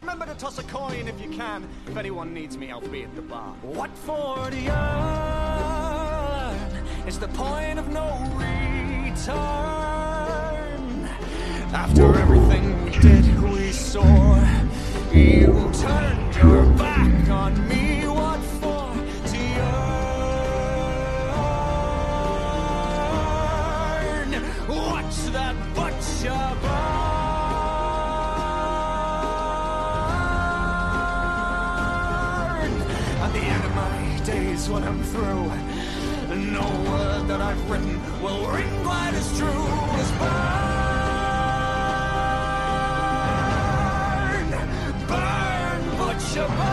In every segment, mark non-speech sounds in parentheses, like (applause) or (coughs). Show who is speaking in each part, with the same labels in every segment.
Speaker 1: Remember to toss a coin if you can. If anyone needs me, I'll be at the bar. What for the yarn? It's the point of no return. After everything we did, we saw. You turned your back on me. What for to yearn? What's that butcher burn? At the end of my days, when I'm through, no word that I've written will ring quite as true as burn, burn, butcher burn,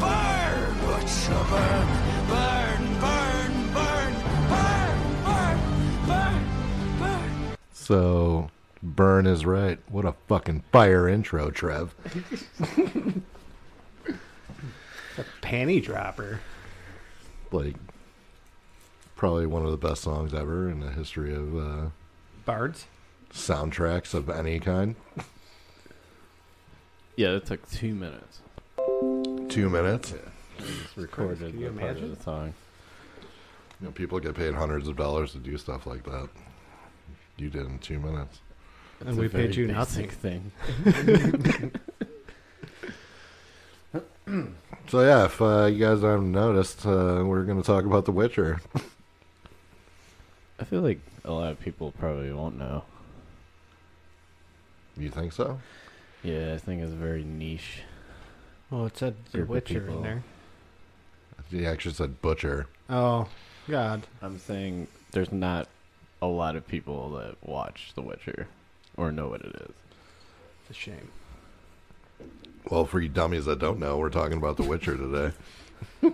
Speaker 1: burn, butcher burn, burn, burn, burn, burn, burn, burn, burn.
Speaker 2: So, Burn is right. What a fucking fire intro, Trev.
Speaker 3: Panty dropper.
Speaker 2: Like, probably one of the best songs ever in the history of uh,
Speaker 3: Bards.
Speaker 2: soundtracks of any kind.
Speaker 4: Yeah, that took two minutes.
Speaker 2: Two minutes.
Speaker 4: It's recorded
Speaker 3: Can you
Speaker 4: the part of
Speaker 3: imagine?
Speaker 4: the song.
Speaker 2: You know, people get paid hundreds of dollars to do stuff like that. You did in two minutes.
Speaker 4: It's
Speaker 3: And
Speaker 4: a
Speaker 3: we paid
Speaker 4: very
Speaker 3: you
Speaker 4: basic
Speaker 3: nothing.
Speaker 4: thing.
Speaker 2: So yeah, if uh, you guys haven't noticed, uh, we're going to talk about The Witcher.
Speaker 4: I feel like a lot of people probably won't know.
Speaker 2: You think so?
Speaker 4: Yeah, I think it's very niche.
Speaker 3: Well, Oh, it said The
Speaker 4: Group of
Speaker 3: Witcher
Speaker 4: people.
Speaker 3: in there.
Speaker 2: He actually said butcher.
Speaker 3: Oh, God.
Speaker 4: I'm saying there's not a lot of people that watch The Witcher or know what it is.
Speaker 3: It's a shame.
Speaker 2: Well, for you dummies that don't know, we're talking about The Witcher today. (laughs)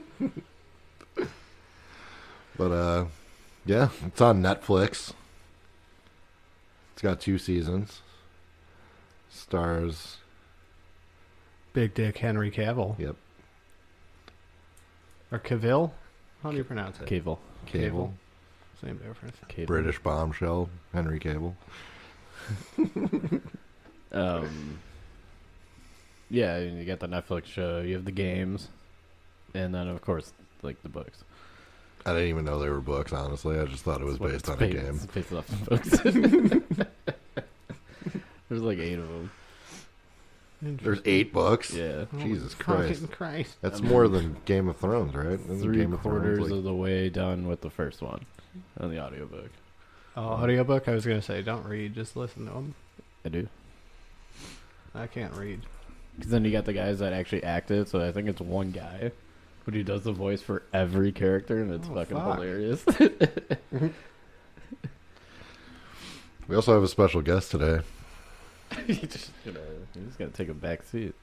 Speaker 2: but uh yeah, it's on Netflix. It's got two seasons. Stars,
Speaker 3: Big Dick Henry Cavill.
Speaker 2: yep,
Speaker 3: Or Cavill? How do you pronounce it?
Speaker 4: Cable.
Speaker 2: Cable,
Speaker 3: Same difference.
Speaker 4: Cable.
Speaker 2: British bombshell, Henry Cable.
Speaker 4: Um, yeah, and you got the Netflix show, you have the games, and then, of course, like the books.
Speaker 2: I didn't even know they were books, honestly. I just thought it was
Speaker 4: That's
Speaker 2: based on
Speaker 4: what it's ba-
Speaker 2: a game.
Speaker 4: It's based off the books. (laughs) there's like eight of them.
Speaker 2: There's eight books.
Speaker 4: Yeah.
Speaker 2: Jesus
Speaker 3: Christ.
Speaker 2: Christ.
Speaker 3: Oh, Christ.
Speaker 2: That's
Speaker 4: I mean-
Speaker 2: more than Game of Thrones, right? Isn't
Speaker 4: Three
Speaker 2: Game of Thrones,
Speaker 4: quarters
Speaker 2: like-
Speaker 4: of the way done with the first one on the audiobook.
Speaker 3: Oh, audiobook? I was going to say, don't read. Just listen to them.
Speaker 4: I do.
Speaker 3: I can't read.
Speaker 4: Because then you got the guys that actually acted, so I think it's one guy, but he does the voice for every character, and it's
Speaker 3: Oh,
Speaker 4: fucking
Speaker 3: fuck.
Speaker 4: hilarious. (laughs)
Speaker 2: We also have a special guest today.
Speaker 4: you just, you know, you just gotta take a back
Speaker 5: (laughs)
Speaker 4: seat.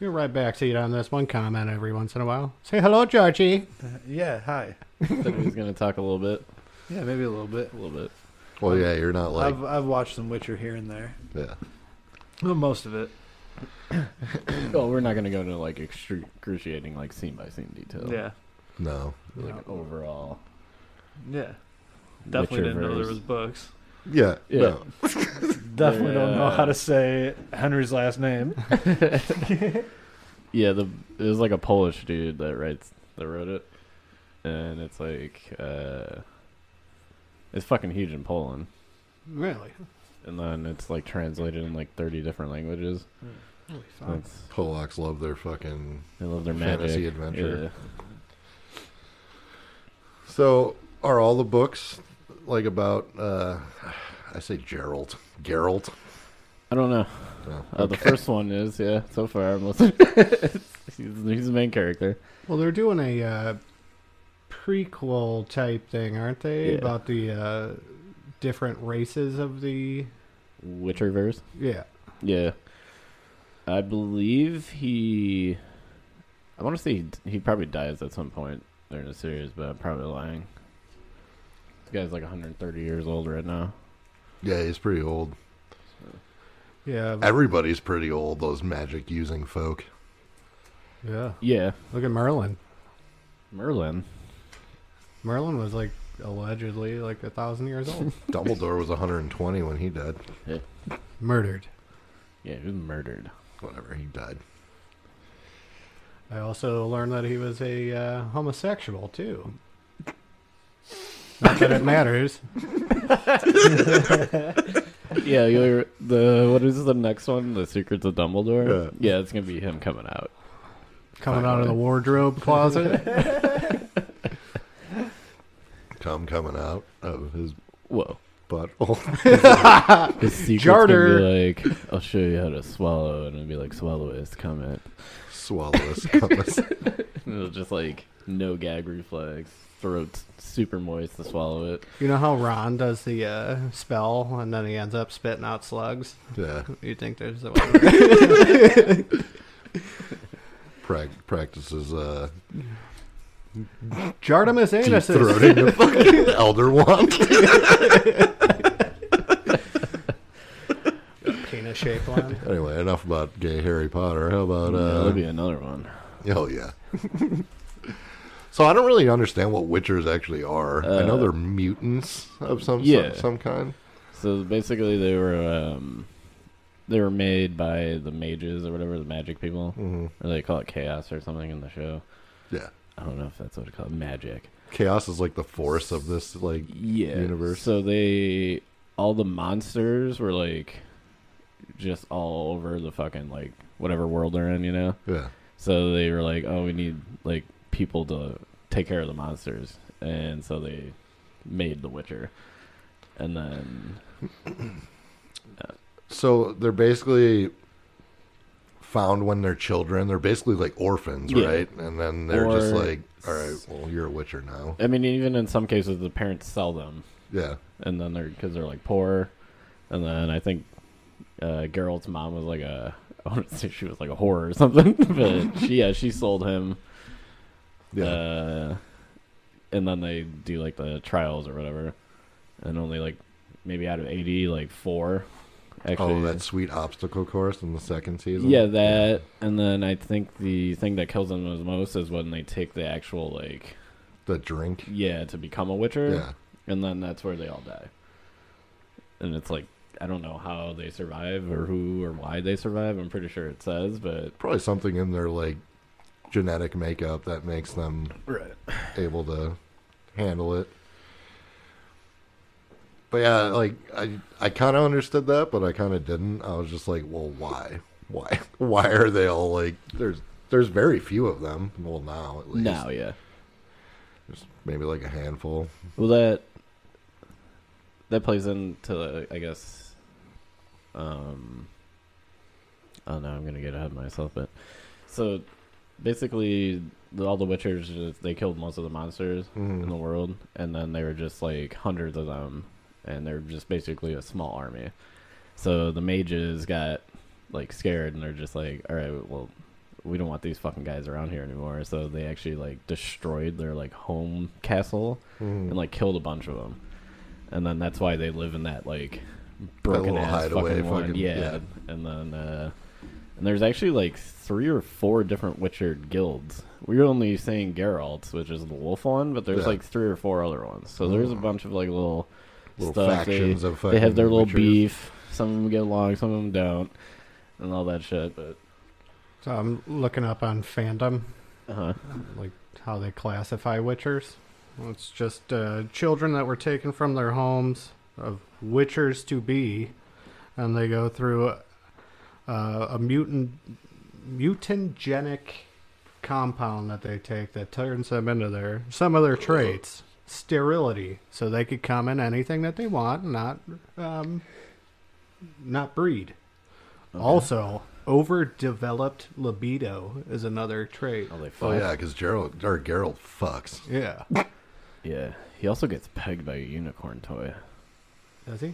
Speaker 3: You're right back seat on this one comment every once in a while. Say hello, Georgie.
Speaker 5: Yeah, hi.
Speaker 4: Said he was gonna talk a little bit,
Speaker 5: Yeah, maybe a little bit.
Speaker 4: a little bit. (clears throat) Um,
Speaker 2: Well, yeah, you're not like
Speaker 5: I've I've watched some Witcher here and there.
Speaker 2: yeah.
Speaker 5: Well, most of it.
Speaker 4: Well, we're not gonna go into like extru- excruciating like scene by scene detail.
Speaker 5: Yeah,
Speaker 2: No,
Speaker 4: Like overall.
Speaker 5: yeah. Definitely didn't know there
Speaker 4: Witcherverse.
Speaker 5: was books.
Speaker 2: yeah,
Speaker 4: Yeah.
Speaker 2: no.
Speaker 5: Definitely don't know how
Speaker 4: Yeah.
Speaker 5: to say Henry's last (laughs) name.
Speaker 4: Yeah, the it was like a Polish dude that writes that wrote it, and it's like uh, it's fucking huge in Poland,
Speaker 3: Really?
Speaker 4: and then it's like translated in like thirty different languages.
Speaker 3: Holy fuck.
Speaker 2: Oh,
Speaker 4: That's,
Speaker 2: Polacks love their fucking
Speaker 4: they love their
Speaker 2: fantasy
Speaker 4: magic.
Speaker 2: adventure. So, are all the books like about? uh I say Gerald, Gerald.
Speaker 4: I don't know.
Speaker 2: No.
Speaker 4: Uh, The first one is yeah. So far, I'm listening. (laughs) he's, he's the main character.
Speaker 3: Well, they're doing a uh, prequel type thing, aren't they?
Speaker 4: Yeah.
Speaker 3: About the uh, different races of the.
Speaker 4: Witcherverse.
Speaker 3: Yeah.
Speaker 4: Yeah, I believe he. I want to say he, he probably dies at some point during the series, but I'm probably lying. This guy's like 130 years old right now.
Speaker 2: Yeah, he's pretty old.
Speaker 3: Yeah.
Speaker 2: Everybody's pretty old. Those magic using folk.
Speaker 3: yeah.
Speaker 4: Yeah,
Speaker 3: Look at Merlin.
Speaker 4: Merlin.
Speaker 3: Merlin was like allegedly like a thousand years old.
Speaker 2: Dumbledore was 120 when he died.
Speaker 3: Murdered.
Speaker 4: Yeah, he was murdered.
Speaker 2: Whatever, he died.
Speaker 3: I also learned that he was a uh, homosexual too. Not that it matters.
Speaker 4: (laughs) Yeah, you're, the what is the next one? The Secrets of
Speaker 2: Yeah.
Speaker 4: Dumbledore. Yeah, it's gonna be him coming out.
Speaker 3: Coming out of the wardrobe closet.
Speaker 2: Cum coming out of his
Speaker 4: Whoa.
Speaker 2: butthole. (laughs)
Speaker 4: (laughs) His secret's
Speaker 3: Jarter.
Speaker 4: gonna be like, I'll show you how to swallow, and it'll be like, swallow is coming.
Speaker 2: Swallow his cum.
Speaker 4: And (laughs) it'll just like no gag reflex, throat super moist to swallow it.
Speaker 3: you know how Ron does the uh, spell and then he ends up spitting out slugs.
Speaker 2: Yeah,
Speaker 3: You think there's a way?
Speaker 2: prac- practices uh,
Speaker 3: Jardimus anus.
Speaker 2: deep-throating the fucking elder wand. (laughs)
Speaker 3: Penis shaped one.
Speaker 2: Anyway, enough about gay Harry Potter. How about
Speaker 4: Yeah,
Speaker 2: uh,
Speaker 4: that'll be another one.
Speaker 2: (laughs) Oh yeah. so I don't really understand what witchers actually are. I know
Speaker 4: Uh,
Speaker 2: they're mutants of some
Speaker 4: yeah.
Speaker 2: some, some kind.
Speaker 4: So basically, they were um, they were made by the mages or whatever the magic people,
Speaker 2: Mhm.
Speaker 4: or they call it chaos or something in the show.
Speaker 2: Yeah.
Speaker 4: I don't know if that's what it's called, magic.
Speaker 2: Chaos is like the force of this like
Speaker 4: yeah
Speaker 2: universe.
Speaker 4: So they all the monsters were like just all over the fucking like whatever world they're in, you know.
Speaker 2: yeah.
Speaker 4: So they were like, oh, we need like people to take care of the monsters, and so they made The Witcher, and then
Speaker 2: So they're basically found when they're children. They're basically like orphans,
Speaker 4: Yeah.
Speaker 2: right? And then they're just
Speaker 4: Or-
Speaker 2: like, all right, well, you're a witcher now.
Speaker 4: I mean, even in some cases, the parents sell them
Speaker 2: Yeah.
Speaker 4: and then they're because they're like poor, and then I think uh, Geralt's mom was like a (laughs) I want to say she was like a whore or something, (laughs) but she yeah she sold him.
Speaker 2: Yeah.
Speaker 4: Uh, and then they do like the trials or whatever, and only like maybe out of eighty, like four. Actually,
Speaker 2: oh, that sweet obstacle course in the second season.
Speaker 4: yeah, that, and then I think the thing that kills them the most is when they take the actual like
Speaker 2: The drink.
Speaker 4: yeah to become a Witcher
Speaker 2: Yeah.
Speaker 4: and then that's where they all die. And it's like I don't know how they survive or who or why they survive. I'm pretty sure it says, but
Speaker 2: Probably something in their like genetic makeup that makes them
Speaker 5: Right.
Speaker 2: able to handle it. But yeah, like I I kind of understood that, but I kind of didn't. I was just like, well, why, why, (laughs) why are they all like? There's there's very few of them. Well, now at least
Speaker 4: now, yeah.
Speaker 2: There's maybe like a handful.
Speaker 4: Well, that that plays into I guess. Um. Oh no, I'm gonna get ahead of myself, but so basically, the, all the Witchers just- they killed most of the monsters in the world, and then they were just like hundreds of them, and they're just basically a small army. So the mages got like scared, and they're just like, "All right, well, we don't want these fucking guys around here anymore." So they actually like destroyed their like home castle
Speaker 2: Mm-hmm.
Speaker 4: and like killed a bunch of them, and then that's why they live in that like broken
Speaker 2: little
Speaker 4: ass fucking,
Speaker 2: hideaway
Speaker 4: one.
Speaker 2: fucking-
Speaker 4: yeah.
Speaker 2: yeah.
Speaker 4: and then uh, and there's actually like three or four different Witcher guilds. We were only saying Geralt, which is the wolf one, but there's
Speaker 2: Yeah. Mm.
Speaker 4: like three or four other ones. So there's a bunch of like little,
Speaker 2: Little
Speaker 4: stuff.
Speaker 2: factions
Speaker 4: they,
Speaker 2: of
Speaker 4: they have their
Speaker 2: fucking
Speaker 4: little
Speaker 2: Witchers.
Speaker 4: beef. Some of them get along, some of them don't, and all that shit. But
Speaker 3: So I'm looking up on fandom,
Speaker 4: uh-huh.
Speaker 3: like how they classify witchers. Well, It's just uh, children that were taken from their homes of witchers to be, and they go through uh, a mutant mutagenic compound that they take that turns them into their some of their traits. Sterility, so they could come in anything that they want, not um, not breed. Also, overdeveloped libido is another trait.
Speaker 4: Oh, they fuck.
Speaker 2: Oh yeah, because Gerald or Gerald fucks.
Speaker 3: Yeah,
Speaker 4: yeah. He also gets pegged by a unicorn toy.
Speaker 3: does he?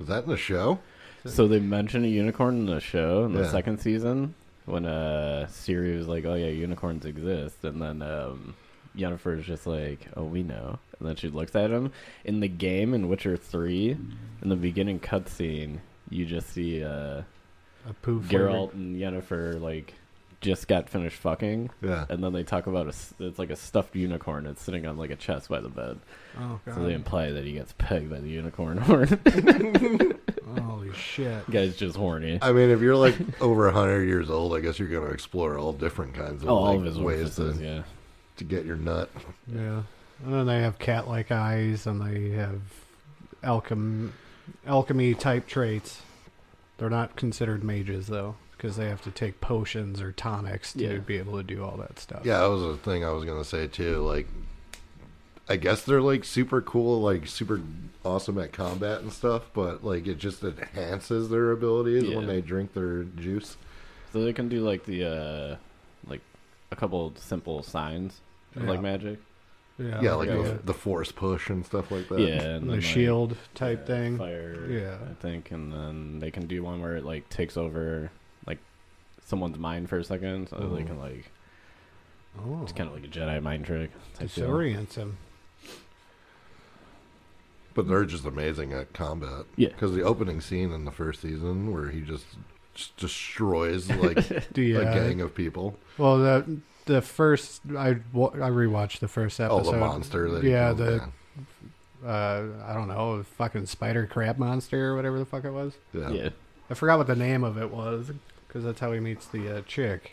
Speaker 2: Is that in the show?
Speaker 4: So they mentioned a unicorn in the show in the
Speaker 2: Yeah.
Speaker 4: second season when uh Siri was like, "Oh yeah, unicorns exist," and then um Yennefer is just like, "Oh, we know," and then she looks at him in the game in Witcher Three in the beginning cutscene. You just see uh
Speaker 3: A poof.
Speaker 4: Geralt and Yennefer like just got finished fucking,
Speaker 2: Yeah.
Speaker 4: and then they talk about a, s- it's like a stuffed unicorn that's sitting on like a chest by the bed.
Speaker 3: Oh
Speaker 4: So they
Speaker 3: god.
Speaker 4: imply that he gets pegged by the unicorn (laughs) horn.
Speaker 3: Holy
Speaker 4: (laughs)
Speaker 3: shit.
Speaker 4: Guy's just horny.
Speaker 2: I mean, if you're like (laughs) over 100 years old, I guess you're going to explore all different kinds of,
Speaker 4: Oh, all
Speaker 2: like,
Speaker 4: of his
Speaker 2: ways to,
Speaker 4: orifices, yeah.
Speaker 2: to get your nut.
Speaker 3: Yeah. And then they have cat like eyes and they have alchem- alchemy type traits. They're not considered mages though, because they have to take potions or tonics to
Speaker 4: Yeah.
Speaker 3: be able to do all that stuff.
Speaker 2: Yeah, that was a thing I was going to say too. Like, I guess they're like super cool, like super awesome at combat and stuff, but like it just enhances their abilities when
Speaker 4: Yeah.
Speaker 2: they drink their juice.
Speaker 4: So they can do like the uh like a couple simple signs of
Speaker 3: Yeah.
Speaker 4: like magic.
Speaker 3: Yeah,
Speaker 2: yeah, like
Speaker 4: yeah.
Speaker 2: the, the force push and stuff like that.
Speaker 4: yeah, and
Speaker 3: the
Speaker 4: then, like,
Speaker 3: shield type
Speaker 4: yeah,
Speaker 3: thing.
Speaker 4: Fire.
Speaker 3: Yeah.
Speaker 4: I think, and then they can do one where it like takes over like someone's mind for a second, so they
Speaker 2: Mhm.
Speaker 4: can like
Speaker 3: Oh,
Speaker 4: it's kind of like a Jedi mind trick. Type deal.
Speaker 3: disorient him.
Speaker 2: But they're just amazing at combat.
Speaker 4: Yeah.
Speaker 2: Because the opening scene in the first season where he just, just destroys like
Speaker 3: (laughs)
Speaker 2: (laughs)
Speaker 3: Yeah.
Speaker 2: a gang of people.
Speaker 3: Well, the the first I wa- I rewatched the first
Speaker 2: Oh,
Speaker 3: episode.
Speaker 2: the monster. That he
Speaker 3: yeah,
Speaker 2: killed,
Speaker 3: the uh, I don't know, fucking spider crab monster or whatever the fuck it was.
Speaker 2: yeah.
Speaker 4: Yeah.
Speaker 3: I forgot what the name of it was because that's how he meets the uh, chick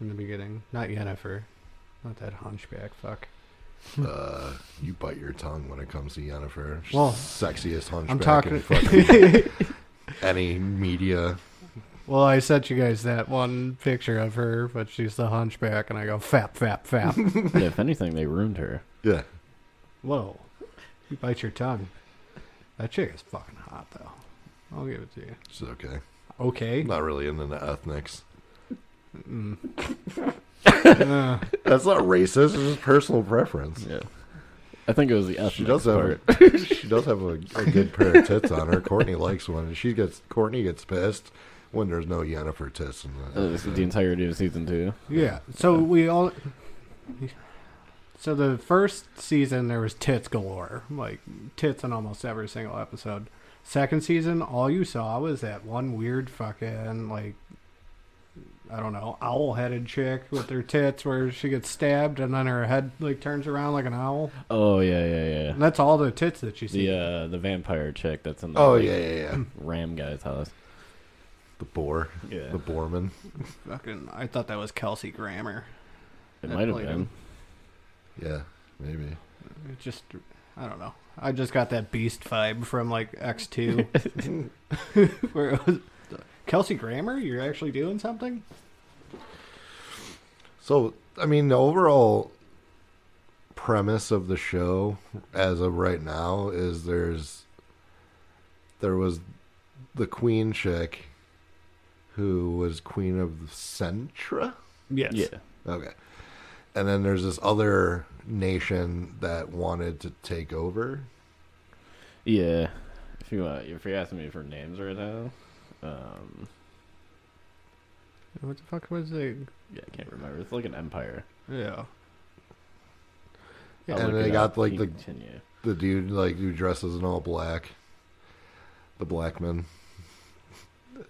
Speaker 3: in the beginning. Not Yennefer, not that hunchback fuck.
Speaker 2: Uh, you bite your tongue when it comes to Yennefer. She's
Speaker 3: Well,
Speaker 2: the sexiest hunchback
Speaker 3: I'm talking.
Speaker 2: in fucking any media.
Speaker 3: (laughs) well, I sent you guys that one picture of her, but she's the hunchback, and I go fap
Speaker 2: (laughs)
Speaker 3: fap fap.
Speaker 4: Yeah, if anything, they ruined her.
Speaker 2: Yeah.
Speaker 3: Whoa, you bite your tongue. That chick is fucking hot though. I'll give it to you.
Speaker 2: She's okay.
Speaker 3: Okay.
Speaker 2: Not really into the ethnics. (laughs)
Speaker 3: Mm. Uh,
Speaker 2: That's not racist. It's just personal preference.
Speaker 4: Yeah. I think it was the
Speaker 2: She
Speaker 4: ethnic
Speaker 2: does have
Speaker 4: part.
Speaker 2: a, (laughs) she does have a, a good pair of tits on her. Courtney likes one. She gets Courtney gets pissed when there's no Yennefer tits in the
Speaker 4: Uh, this is the entirety of season two.
Speaker 3: yeah. So we all. So the first season there was tits galore, like tits in almost every single episode. Second season, all you saw was that one weird fucking like. I don't know, owl-headed chick with her tits, where she gets stabbed and then her head like turns around like an owl.
Speaker 4: Oh yeah, yeah,
Speaker 3: And that's all the tits that you
Speaker 4: yeah. The
Speaker 3: see.
Speaker 4: uh, the vampire chick that's in the
Speaker 2: Oh
Speaker 4: like,
Speaker 2: yeah, yeah, yeah.
Speaker 4: ram guy's house.
Speaker 2: The boar,
Speaker 4: Yeah,
Speaker 2: the boarman.
Speaker 3: Fucking, I thought that was Kelsey Grammer.
Speaker 4: it
Speaker 3: that
Speaker 4: might have
Speaker 3: played
Speaker 4: been.
Speaker 3: him.
Speaker 2: Yeah, maybe.
Speaker 3: It just, I don't know. I just got that beast vibe from like X (laughs) two, where it was Kelsey Grammer. You're actually doing something.
Speaker 2: So, I mean, the overall premise of the show as of right now is there's there was the queen chick who was queen of Centra.
Speaker 3: Yes.
Speaker 4: Yeah,
Speaker 2: Okay. And then there's this other nation that wanted to take over.
Speaker 4: yeah. If you uh, if you're asking me for names right now, um,
Speaker 3: What the fuck was it?
Speaker 4: yeah, I can't remember. It's like an empire.
Speaker 3: Yeah.
Speaker 4: I'll
Speaker 2: and
Speaker 4: look
Speaker 2: they
Speaker 4: it
Speaker 2: got,
Speaker 4: up.
Speaker 2: like,
Speaker 4: You
Speaker 2: the-
Speaker 4: continue.
Speaker 2: The dude like who dresses in all black. The black man.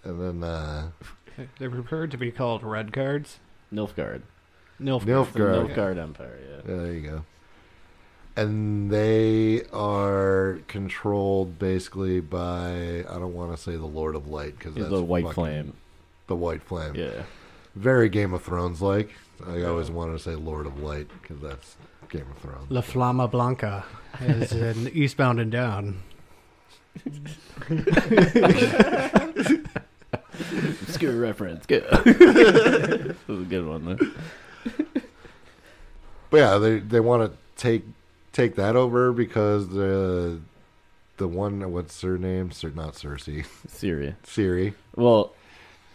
Speaker 2: And then uh
Speaker 3: They're prepared to be called red cards.
Speaker 4: Nilfgaard,
Speaker 3: Nilfgaard.
Speaker 2: Nilfgaard.
Speaker 4: Nilfgaard Empire. Yeah,
Speaker 2: Yeah, there you go. And they are controlled basically by I don't want to say the Lord of Light because
Speaker 4: He's
Speaker 2: that's
Speaker 4: the White
Speaker 2: fucking-
Speaker 4: Flame.
Speaker 2: The White Flame.
Speaker 4: Yeah,
Speaker 2: Very Game of Thrones like. I always wanted to say Lord of Light because that's Game of Thrones.
Speaker 3: La Flama Blanca (laughs) is in Eastbound and Down.
Speaker 2: (laughs)
Speaker 4: obscure reference. (laughs) Good. this is a good one. Though.
Speaker 2: But yeah, they they want to take take that over because the the one what's her name? Cer- not Cersei, (laughs)
Speaker 4: Syria.
Speaker 2: Ciri.
Speaker 4: Well,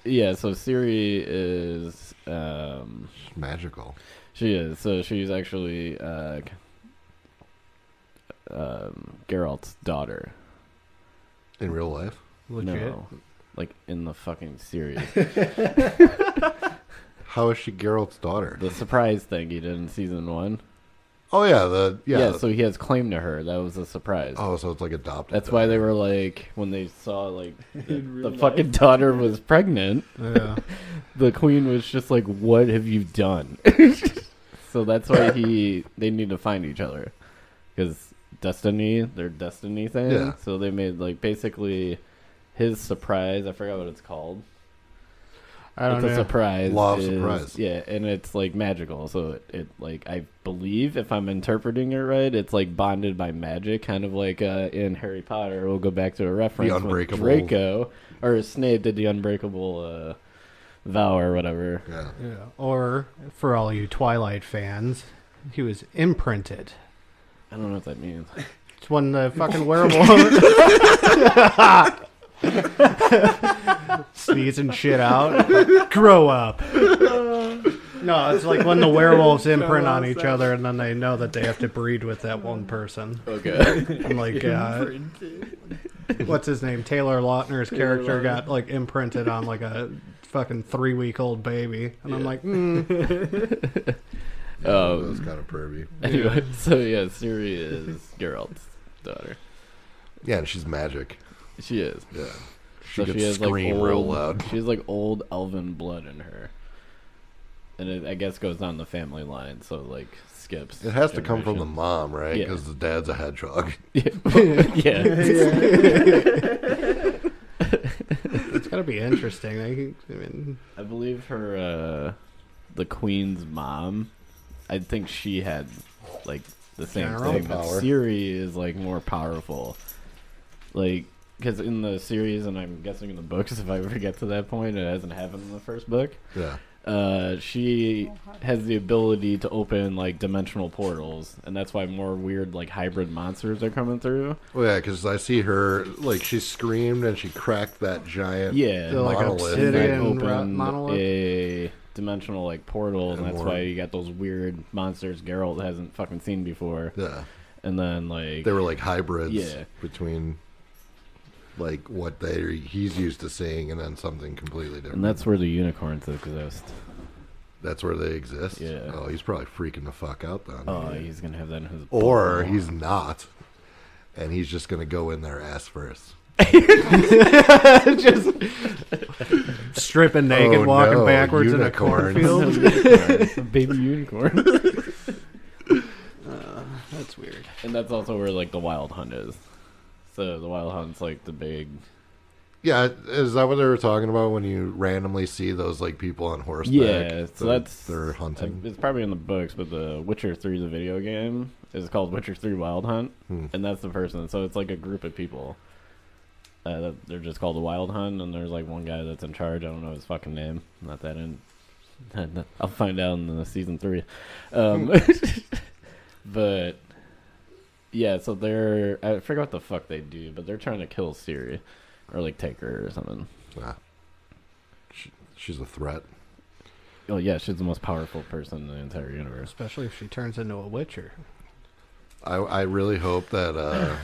Speaker 4: yeah. So Siri is um.
Speaker 2: She's magical.
Speaker 4: She is. So she's actually uh, um, Geralt's daughter.
Speaker 2: In real life,
Speaker 3: Legit.
Speaker 4: No, like in the fucking series,
Speaker 2: how is she Geralt's daughter? (laughs)
Speaker 4: the surprise thing you did in season one.
Speaker 2: Oh yeah, the yeah.
Speaker 4: Yeah. so he has claim to her. That was a surprise.
Speaker 2: oh, so it's like adopted.
Speaker 4: That's
Speaker 2: then.
Speaker 4: why they were like when they saw like the
Speaker 5: The
Speaker 4: fucking daughter was pregnant.
Speaker 3: Yeah.
Speaker 4: The queen was just like, "What have
Speaker 2: (laughs)
Speaker 4: you done?" so that's why he they need to find each other because destiny, their destiny thing.
Speaker 2: Yeah.
Speaker 4: So they made like basically his surprise. I forgot what it's called.
Speaker 3: I don't
Speaker 4: it's a
Speaker 3: know.
Speaker 4: surprise.
Speaker 2: Law of
Speaker 4: is-
Speaker 2: surprise.
Speaker 4: Yeah, and it's like magical. So it, it like I believe if I'm interpreting it right, it's like bonded by magic, kind of like uh, in Harry Potter. We'll go back to a reference. with
Speaker 2: Unbreakable.
Speaker 4: Draco or Snape did the unbreakable uh, vow or whatever.
Speaker 2: Yeah.
Speaker 3: Yeah. Or for all you Twilight fans, he was imprinted.
Speaker 4: I don't know what that means.
Speaker 3: It's when the fucking werewolf (laughs) sneezing shit out. Grow up. No, it's like when the werewolves imprint on each other, and then they know that they have to breed with that one person.
Speaker 4: Okay.
Speaker 3: And like, uh, what's his name? Taylor Lautner's character got like imprinted on like a fucking three week old baby, and I'm like, mm.
Speaker 2: That was (laughs)
Speaker 4: (laughs) um,
Speaker 2: kind of pervy.
Speaker 4: anyway, so yeah, Siri is Geralt's daughter.
Speaker 2: Yeah, and she's magic.
Speaker 4: She is.
Speaker 2: Yeah. She
Speaker 4: So
Speaker 2: could
Speaker 4: she has like
Speaker 2: scream
Speaker 4: old,
Speaker 2: real loud.
Speaker 4: She has like old elven blood in her, and it, I guess goes down the family line. So like skips.
Speaker 2: It has to come from the mom, right?
Speaker 4: Yeah.
Speaker 2: Because the dad's a hedgehog. (laughs)
Speaker 4: generation. (laughs) yeah.
Speaker 3: it's gotta be interesting. I, I mean,
Speaker 4: I believe her, uh, the queen's mom. I think she had like the same
Speaker 3: General
Speaker 4: thing. But
Speaker 2: power.
Speaker 4: Siri is like more powerful, like because in the series, and I'm guessing in the books, (laughs) if I ever get to that point, it hasn't happened in the first book.
Speaker 2: (laughs) Yeah.
Speaker 4: Uh, she has the ability to open like dimensional portals, and that's why more weird like hybrid monsters are coming through.
Speaker 2: Well, Oh, yeah, because I see her like she screamed and she cracked that giant.
Speaker 4: Yeah,
Speaker 3: So, like,
Speaker 2: monolith.
Speaker 4: and that
Speaker 3: obsidian ro-
Speaker 4: opened
Speaker 3: monolith?
Speaker 4: a dimensional like portal, and
Speaker 2: And
Speaker 4: that's
Speaker 2: more-
Speaker 4: why you got those weird monsters Geralt hasn't fucking seen before.
Speaker 2: Yeah.
Speaker 4: And then like
Speaker 2: They were like hybrids
Speaker 4: Yeah.
Speaker 2: between like what they he's used to seeing and then something completely different.
Speaker 4: and that's where the unicorns exist.
Speaker 2: That's where they exist.
Speaker 4: Yeah.
Speaker 2: Oh, he's probably freaking the fuck out then.
Speaker 4: Oh, he's gonna have that in his.
Speaker 2: or
Speaker 4: bottle. (laughs)
Speaker 2: he's not, and he's just gonna go in there ass first.
Speaker 3: just (laughs) stripping naked,
Speaker 2: Oh,
Speaker 3: walking
Speaker 2: no,
Speaker 3: backwards
Speaker 2: unicorns.
Speaker 3: in a cornfield.
Speaker 4: A baby unicorn.
Speaker 3: (laughs) That's weird.
Speaker 4: and that's also where like the wild hunt is. So the wild hunt's like the big
Speaker 2: Yeah, is that what they were talking about when you randomly see those like people on horseback?
Speaker 4: Yeah, so
Speaker 2: that
Speaker 4: that's
Speaker 2: they're
Speaker 4: Uh,
Speaker 2: hunting.
Speaker 4: It's probably in the books, but the Witcher Three, the video game, is called Witcher Three Wild Hunt,
Speaker 2: Hmm.
Speaker 4: and that's the person. So it's like a group of people. Uh, that- they're just called the Wild Hunt, and there's like one guy that's in charge. I don't know his fucking name. Not that in. (laughs) I'll find out in the season three, um,
Speaker 2: Hmm.
Speaker 4: (laughs) but yeah. So they're I forgot what the fuck they do, but they're trying to kill Siri or like take her or something.
Speaker 2: Ah. She- she's a threat.
Speaker 4: Oh yeah, she's the most powerful person in the entire universe.
Speaker 3: Especially if she turns into a witcher.
Speaker 2: I I really hope that
Speaker 4: (laughs)
Speaker 2: uh,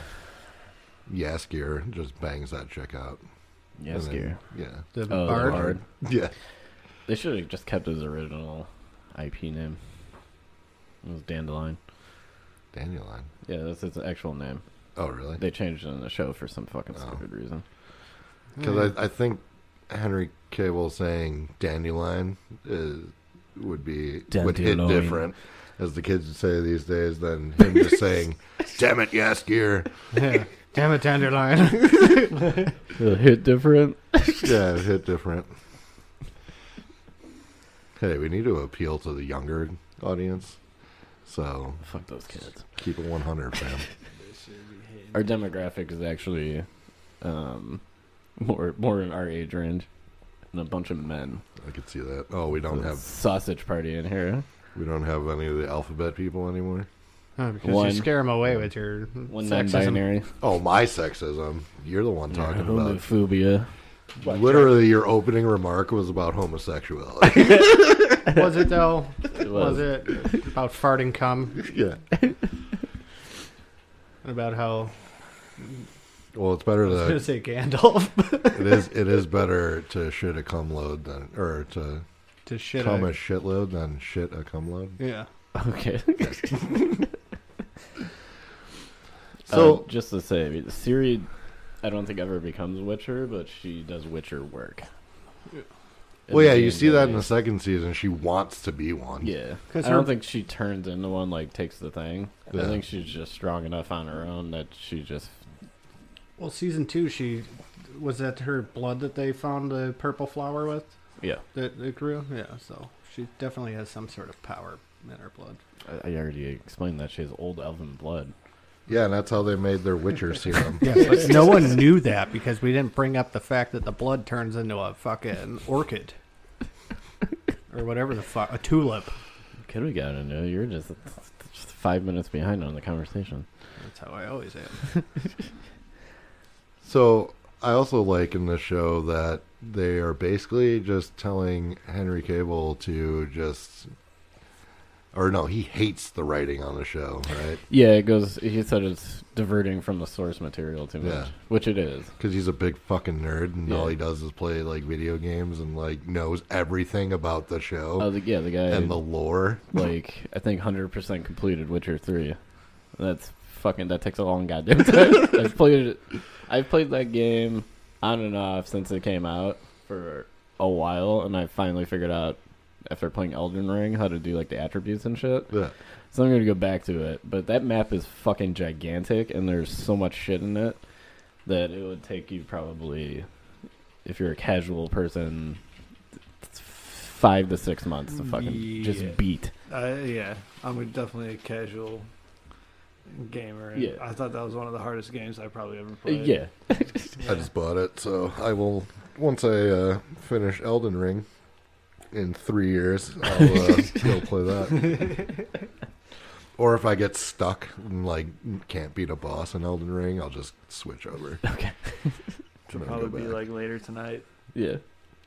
Speaker 2: Yaskier just bangs that chick out.
Speaker 4: Yeah,
Speaker 2: And then-
Speaker 4: scary.
Speaker 2: Yeah,
Speaker 3: The
Speaker 4: Oh,
Speaker 3: bard.
Speaker 4: Bard.
Speaker 2: yeah.
Speaker 4: They should have just kept his original IP name. It was Dandelion.
Speaker 2: Dandelion.
Speaker 4: Yeah, that's his actual name.
Speaker 2: Oh, really?
Speaker 4: They changed it in the show for some fucking
Speaker 2: Oh.
Speaker 4: stupid reason.
Speaker 2: Because I, I think Henry Cable saying dandelion is, would be would hit
Speaker 4: Dandelion.
Speaker 2: different, as the kids would say these days, than him just
Speaker 4: (laughs)
Speaker 2: saying, "Damn it, Yaskier."
Speaker 3: (laughs) Yeah. Damn it, Dandelion.
Speaker 4: hit different.
Speaker 2: Yeah, it hit different. Hey, we need to appeal to the younger audience, so
Speaker 4: Fuck those kids.
Speaker 2: keep it 100, fam.
Speaker 4: Our demographic is actually um, more more in our age range, and a bunch of men.
Speaker 2: I could see that. Oh, we don't have
Speaker 4: sausage party in here.
Speaker 2: we don't have any of the alphabet people anymore.
Speaker 3: (laughs) Oh, because
Speaker 4: One.
Speaker 3: you scare him away with your
Speaker 4: One
Speaker 3: sexism.
Speaker 4: non-binary.
Speaker 2: Oh, my sexism. You're the one talking about
Speaker 4: homophobia.
Speaker 2: Literally, your opening remark was about homosexuality.
Speaker 3: (laughs) Was it though?
Speaker 4: (laughs) It
Speaker 3: Was
Speaker 4: was.
Speaker 3: it about farting cum
Speaker 2: (laughs) yeah.
Speaker 3: and about how
Speaker 2: Well, it's better
Speaker 3: I was (laughs) gonna
Speaker 2: to
Speaker 3: say Gandalf
Speaker 2: it is it is better to shit a cum load than or to
Speaker 3: to shit
Speaker 2: cum (laughs)
Speaker 3: on-
Speaker 2: a shitload than shit a cum load.
Speaker 3: Yeah.
Speaker 4: Okay.
Speaker 2: So
Speaker 4: So Uh, just to say, Siri, I don't think ever becomes Witcher, but she does Witcher work.
Speaker 2: well, yeah, you see that in
Speaker 4: game,
Speaker 2: the second season. She wants to be one.
Speaker 4: yeah.
Speaker 5: 'Cause
Speaker 4: I don't
Speaker 5: her-
Speaker 4: think she turns into one like takes the thing. I
Speaker 2: Yeah.
Speaker 4: think she's just strong enough on her own that she just
Speaker 3: Well, season two, she was that her blood that they found the purple flower with
Speaker 4: yeah.
Speaker 3: that it grew. Yeah, so she definitely has some sort of power in her blood.
Speaker 4: I, I already explained that she has old elven blood.
Speaker 2: Yeah, and that's how they made their Witcher serum.
Speaker 3: Yeah, but no one knew that because we didn't bring up the fact that the blood turns into a fucking orchid or whatever the fuck, a tulip.
Speaker 4: Could we got to know? You're just, just five minutes behind on the conversation.
Speaker 3: That's how I always am.
Speaker 2: So I also like in the show that they are basically just telling Henry Cable to just, or no, he hates the writing on the show, right?
Speaker 4: Yeah, it goes. He said it's diverting from the source material too much,
Speaker 2: Yeah.
Speaker 4: which it is.
Speaker 2: Because he's a big fucking nerd, and all
Speaker 4: Yeah.
Speaker 2: he does is play like video games and like knows everything about the show
Speaker 4: Oh, the, yeah, the guy
Speaker 2: and the lore.
Speaker 4: (laughs) like I think hundred percent completed Witcher three. That's fucking that takes a long
Speaker 2: (laughs)
Speaker 4: goddamn time. I've played it. I've played that game on and off since it came out for a while, and I finally figured out after playing Elden Ring how to do like the attributes and shit.
Speaker 2: Yeah.
Speaker 4: So I'm gonna go back to it. But that map is fucking gigantic, and there's so much shit in it that it would take you probably, if you're a casual person, five to six months to fucking
Speaker 5: Yeah.
Speaker 4: just beat.
Speaker 5: Uh, yeah, I'm a- definitely a casual gamer. and
Speaker 4: Yeah.
Speaker 5: I thought that was one of the hardest games I probably ever
Speaker 4: Uh,
Speaker 5: played.
Speaker 4: Yeah,
Speaker 2: I just bought it, so I will once I uh, finish Elden Ring in three years. I'll
Speaker 4: (laughs)
Speaker 2: uh, go play that. Or if I get stuck and like can't beat a boss in Elden Ring, I'll just switch over.
Speaker 4: Okay.
Speaker 2: And then go
Speaker 5: probably be
Speaker 2: back.
Speaker 5: like later tonight.
Speaker 4: yeah.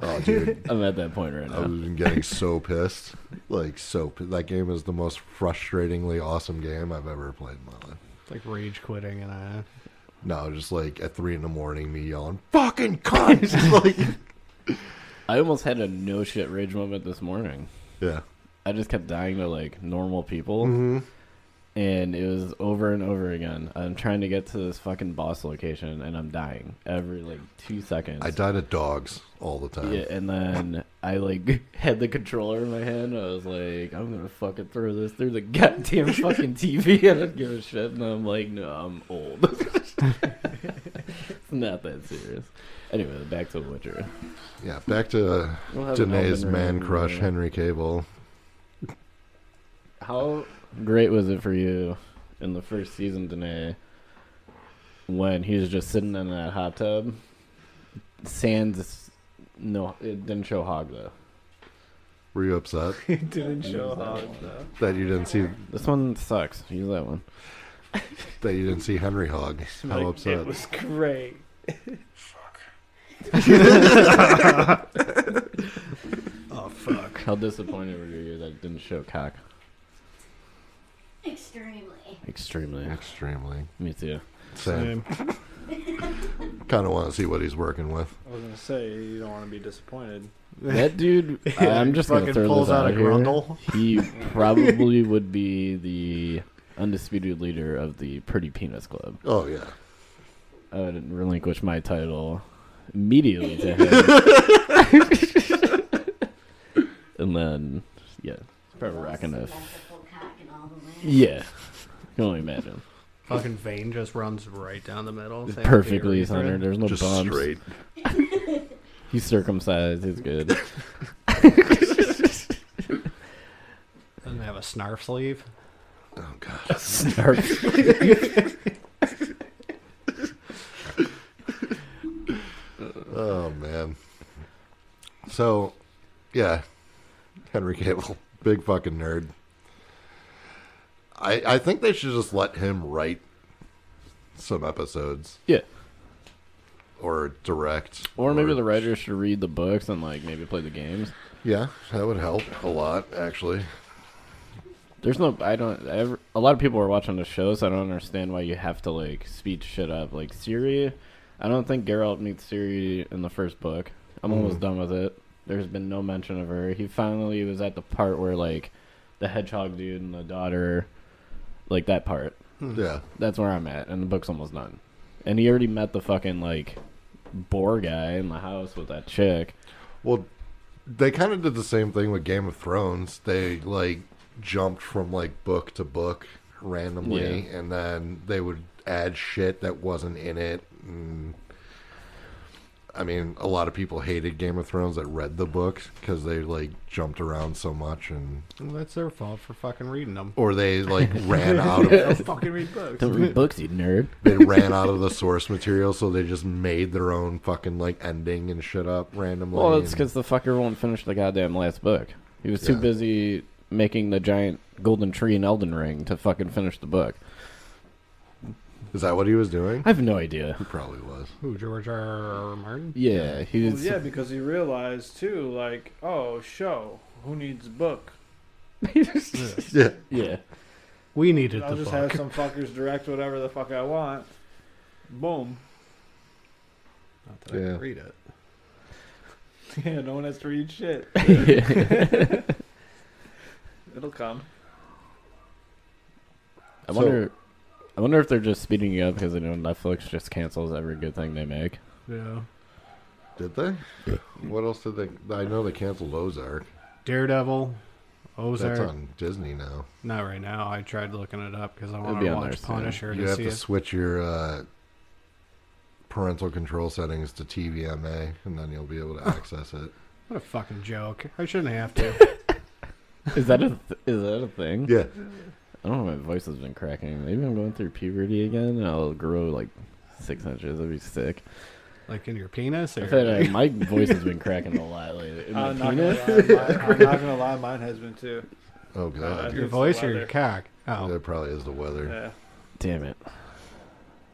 Speaker 2: oh,
Speaker 4: (laughs)
Speaker 2: dude,
Speaker 4: I'm at that point right now.
Speaker 2: I've been getting so pissed. Like so, pi- that game is the most frustratingly awesome game I've ever played in my life.
Speaker 3: It's like rage quitting and uh, I.
Speaker 2: No, just like at three in the morning, me yelling "fucking cunt!" (laughs) like,
Speaker 4: I almost had a no shit rage moment this morning.
Speaker 2: yeah,
Speaker 4: I just kept dying to like normal people,
Speaker 2: hmm
Speaker 4: and it was over and over again. I'm trying to get to this fucking boss location, and I'm dying every like two seconds.
Speaker 2: I died at dogs all the time.
Speaker 4: Yeah, and then I like (laughs) had the controller in my hand. I was like, I'm gonna fucking throw this through
Speaker 2: (laughs)
Speaker 4: the goddamn fucking TV. (laughs) I don't give a shit. And I'm like, no, I'm old. (laughs) it's not that serious. Anyway, back to Witcher.
Speaker 2: Yeah, back to
Speaker 4: We'll
Speaker 2: uh,
Speaker 4: have an
Speaker 2: Danae's
Speaker 4: Elden
Speaker 2: man
Speaker 4: Ring,
Speaker 2: crush,
Speaker 4: uh,
Speaker 2: Henry Cable.
Speaker 4: How great was it for you in the first season, Danae, when he was just sitting in that hot tub? Sands, no, it didn't show Hog though.
Speaker 2: Were you upset
Speaker 5: (laughs) It didn't show
Speaker 4: Hog,
Speaker 5: Hog though.
Speaker 2: that you didn't see
Speaker 4: This one sucks. Use that one.
Speaker 2: that you didn't see Henry
Speaker 5: (laughs)
Speaker 2: Hog? How upset?
Speaker 5: It was great.
Speaker 3: Oh, fuck.
Speaker 4: (laughs) How disappointed were you that it didn't show cock?
Speaker 6: Extremely.
Speaker 4: Extremely.
Speaker 2: Extremely.
Speaker 4: Me
Speaker 3: (laughs)
Speaker 4: too.
Speaker 2: Same. Kind of want to see what he's working with.
Speaker 5: I was gonna say you don't want to be disappointed.
Speaker 4: That dude, I'm just gonna
Speaker 3: Fucking
Speaker 4: throw
Speaker 3: pulls
Speaker 4: this out,
Speaker 3: out a
Speaker 4: here.
Speaker 3: grundle. (laughs)
Speaker 4: He probably would be the undisputed leader of the Pretty Penis Club.
Speaker 2: Oh yeah,
Speaker 4: I would relinquish my title immediately to him.
Speaker 3: (laughs)
Speaker 4: and then, yeah, probably rocking a. F-
Speaker 6: Symmetrical cock and all the way.
Speaker 4: yeah, can only imagine.
Speaker 3: Fucking vein just runs right down the middle.
Speaker 4: It's
Speaker 3: Same
Speaker 4: perfectly
Speaker 3: theory,
Speaker 4: centered. There's no
Speaker 2: just
Speaker 4: bumps.
Speaker 2: straight.
Speaker 4: He's circumcised. He's
Speaker 3: (laughs)
Speaker 4: good.
Speaker 3: right? Doesn't have a snarf sleeve.
Speaker 2: Oh god.
Speaker 4: Snarf.
Speaker 2: Oh man. So, yeah, Henry Cable, (laughs) big fucking nerd. I I think they should just let him write some episodes.
Speaker 4: Yeah.
Speaker 2: or direct,
Speaker 4: Or maybe the writers should read the books and like maybe play the games.
Speaker 2: yeah, that would help a lot actually.
Speaker 4: There's no, I don't. I ever, a lot of people are watching the show, so I don't understand why you have to like speed shit up. Like Siri, I don't think Geralt meets Siri in the first book. I'm almost done with it. There's been no mention of her. He finally was at the part where like the hedgehog dude and the daughter, like that part.
Speaker 2: Yeah.
Speaker 4: That's where I'm at, and the book's almost done. And he already met the fucking like boar guy in the house with that chick.
Speaker 2: Well, they kind of did the same thing with Game of Thrones. They like jumped from like book to book randomly, and then they would add shit that wasn't in it. And, I mean, a lot of people hated Game of Thrones that read the books because they like jumped around so much, and
Speaker 3: Well, that's their fault for fucking reading
Speaker 5: (laughs)
Speaker 3: them.
Speaker 2: or they
Speaker 4: (laughs)
Speaker 2: like ran out of
Speaker 5: Don't fucking read books.
Speaker 4: Don't read books, you nerd.
Speaker 2: they ran out of the source material, so they just made their own fucking like ending and shit up randomly.
Speaker 4: Well, it's
Speaker 2: and-
Speaker 4: because the fucker won't finish the goddamn last book. He was too
Speaker 2: Yeah.
Speaker 4: busy making the giant golden tree in Elden Ring to fucking finish the book.
Speaker 2: is that what he was doing?
Speaker 4: I have no idea.
Speaker 2: He probably was.
Speaker 3: Who, George R. R.
Speaker 4: (laughs)
Speaker 3: R. Martin?
Speaker 4: Yeah, he
Speaker 5: Well,
Speaker 4: was.
Speaker 5: yeah, because he realized too, like, oh, show who needs a book?
Speaker 2: Yeah.
Speaker 4: (laughs) yeah.
Speaker 3: We needed
Speaker 5: I'll
Speaker 3: the
Speaker 5: just
Speaker 3: book.
Speaker 5: have some fuckers direct whatever the fuck I want. Boom. (laughs)
Speaker 3: Not
Speaker 2: I
Speaker 3: that
Speaker 2: can Yeah.
Speaker 3: read it.
Speaker 5: Yeah, no one has to read shit. It'll come.
Speaker 4: I
Speaker 2: So-
Speaker 4: wonder. I wonder if they're just speeding you up because they know Netflix just cancels every good thing they make.
Speaker 3: Yeah.
Speaker 2: Did they? What else did they? I know they canceled Ozark.
Speaker 3: Daredevil, Ozark.
Speaker 2: That's on Disney now.
Speaker 3: Not right now. I tried looking it up because I want
Speaker 4: be
Speaker 3: to
Speaker 4: on there
Speaker 3: watch
Speaker 4: soon.
Speaker 3: Punisher
Speaker 2: You
Speaker 3: to
Speaker 2: have
Speaker 3: see
Speaker 2: to
Speaker 3: it.
Speaker 2: switch your uh, parental control settings to TVMA, and then you'll be able to access it.
Speaker 3: What a fucking joke! I shouldn't
Speaker 4: (laughs)
Speaker 3: have to.
Speaker 4: Is that a th- is that a thing?
Speaker 2: Yeah,
Speaker 4: I don't know. My voice has been cracking. Maybe I'm going through puberty again, and I'll grow like six inches. That'd be sick.
Speaker 3: like in your penis,
Speaker 4: I uh,
Speaker 3: or
Speaker 4: feel like my voice has been cracking a lot lately. In my
Speaker 5: I'm Uh, not,
Speaker 4: penis?
Speaker 5: gonna lie, mine, I'm not gonna lie, mine has been too.
Speaker 2: Oh god,
Speaker 5: Uh,
Speaker 3: your
Speaker 5: It's
Speaker 3: voice,
Speaker 5: the
Speaker 3: or your
Speaker 5: weather.
Speaker 3: cock. Oh,
Speaker 2: that probably is the weather.
Speaker 5: Yeah,
Speaker 4: Damn it!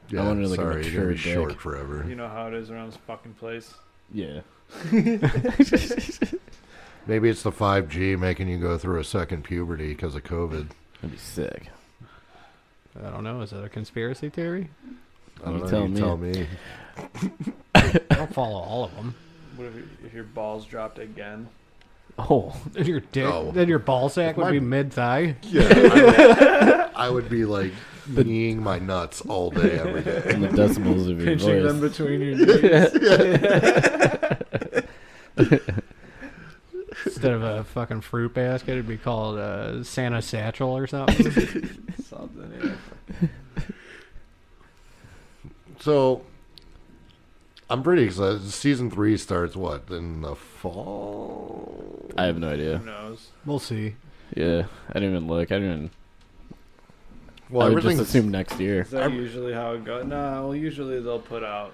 Speaker 2: Yeah,
Speaker 4: wanted, like, a
Speaker 2: sorry, you're gonna be
Speaker 4: mature
Speaker 2: short
Speaker 4: dick.
Speaker 2: forever.
Speaker 5: Uh, you know how it is around this fucking place.
Speaker 4: Yeah.
Speaker 2: Maybe it's the 5G making you go through a second puberty because of COVID.
Speaker 4: That'd be sick.
Speaker 3: I don't know. Is that a conspiracy theory?
Speaker 2: I don't
Speaker 4: You
Speaker 2: know,
Speaker 4: tell
Speaker 2: you
Speaker 4: me.
Speaker 2: Tell me.
Speaker 3: I don't follow all of them.
Speaker 5: What if, you, if your balls dropped again?
Speaker 4: Oh,
Speaker 3: Then your dick,
Speaker 2: Oh.
Speaker 3: then your ball sack would
Speaker 2: My-
Speaker 3: be mid thigh.
Speaker 2: Yeah, I would, I would be
Speaker 4: (laughs)
Speaker 2: like kneeing my nuts all day every day.
Speaker 4: and the decibels of your
Speaker 5: Pinching
Speaker 4: voice.
Speaker 5: them between (laughs) your knees.
Speaker 3: Instead of a fucking fruit basket, it'd be called uh, Santa satchel or something. (laughs)
Speaker 5: Something. Yeah.
Speaker 2: So I'm pretty excited. Season three starts what in the fall?
Speaker 4: I have no idea.
Speaker 5: Who knows?
Speaker 3: we'll see.
Speaker 4: Yeah, I didn't even look. I didn't. Even,
Speaker 2: Well,
Speaker 4: I would
Speaker 2: everything's
Speaker 4: just assume next year.
Speaker 5: Is that usually how it goes? No, well, usually they'll put out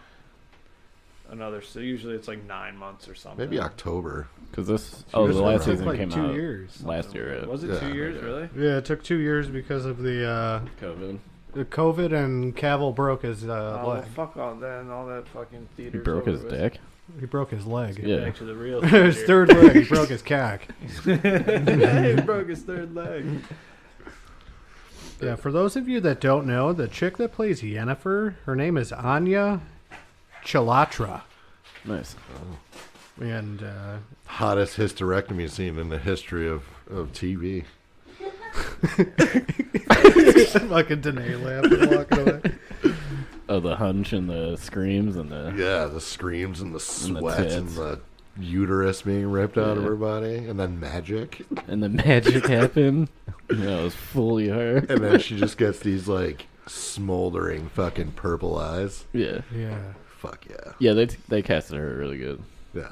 Speaker 5: another. So usually it's like nine months or something.
Speaker 2: maybe October.
Speaker 4: Because this. Oh,
Speaker 2: was
Speaker 4: the
Speaker 2: gonna
Speaker 4: last
Speaker 2: take,
Speaker 4: season
Speaker 3: like,
Speaker 4: came
Speaker 3: two
Speaker 4: out
Speaker 3: years.
Speaker 4: last year.
Speaker 5: Was it
Speaker 2: Yeah,
Speaker 5: two years?
Speaker 4: yeah.
Speaker 5: Really?
Speaker 3: Yeah, it took two years because of the uh,
Speaker 4: COVID.
Speaker 3: the COVID and Cavill broke his uh,
Speaker 5: oh, well,
Speaker 3: leg.
Speaker 5: fuck all that and all that fucking theater.
Speaker 4: He broke his dick.
Speaker 3: He broke his leg.
Speaker 4: Yeah.
Speaker 5: Back to (laughs) the
Speaker 3: (laughs)
Speaker 5: real.
Speaker 3: his
Speaker 5: theater.
Speaker 3: third leg. He broke his cock.
Speaker 5: he broke his third leg. (laughs)
Speaker 3: Yeah, for those of you that don't know, the chick that plays Yennefer, her name is Anya Chilatra.
Speaker 4: Nice.
Speaker 3: And uh, (laughs)
Speaker 2: Hottest hysterectomy scene in the history of, of TV.
Speaker 3: fucking Danae laughed and walked (laughs) away.
Speaker 4: Oh, the hunch and the screams and the.
Speaker 2: Yeah, the screams and the
Speaker 4: And the
Speaker 2: sweat and
Speaker 4: tits.
Speaker 2: the, uterus being ripped out of
Speaker 4: Yeah.
Speaker 2: her body, and then magic,
Speaker 4: And the magic happened. That was fully her.
Speaker 2: and then she just gets these like smoldering fucking purple eyes.
Speaker 4: Yeah.
Speaker 3: Yeah.
Speaker 2: Fuck yeah,
Speaker 4: Yeah, they, they casted her really good.
Speaker 2: yeah.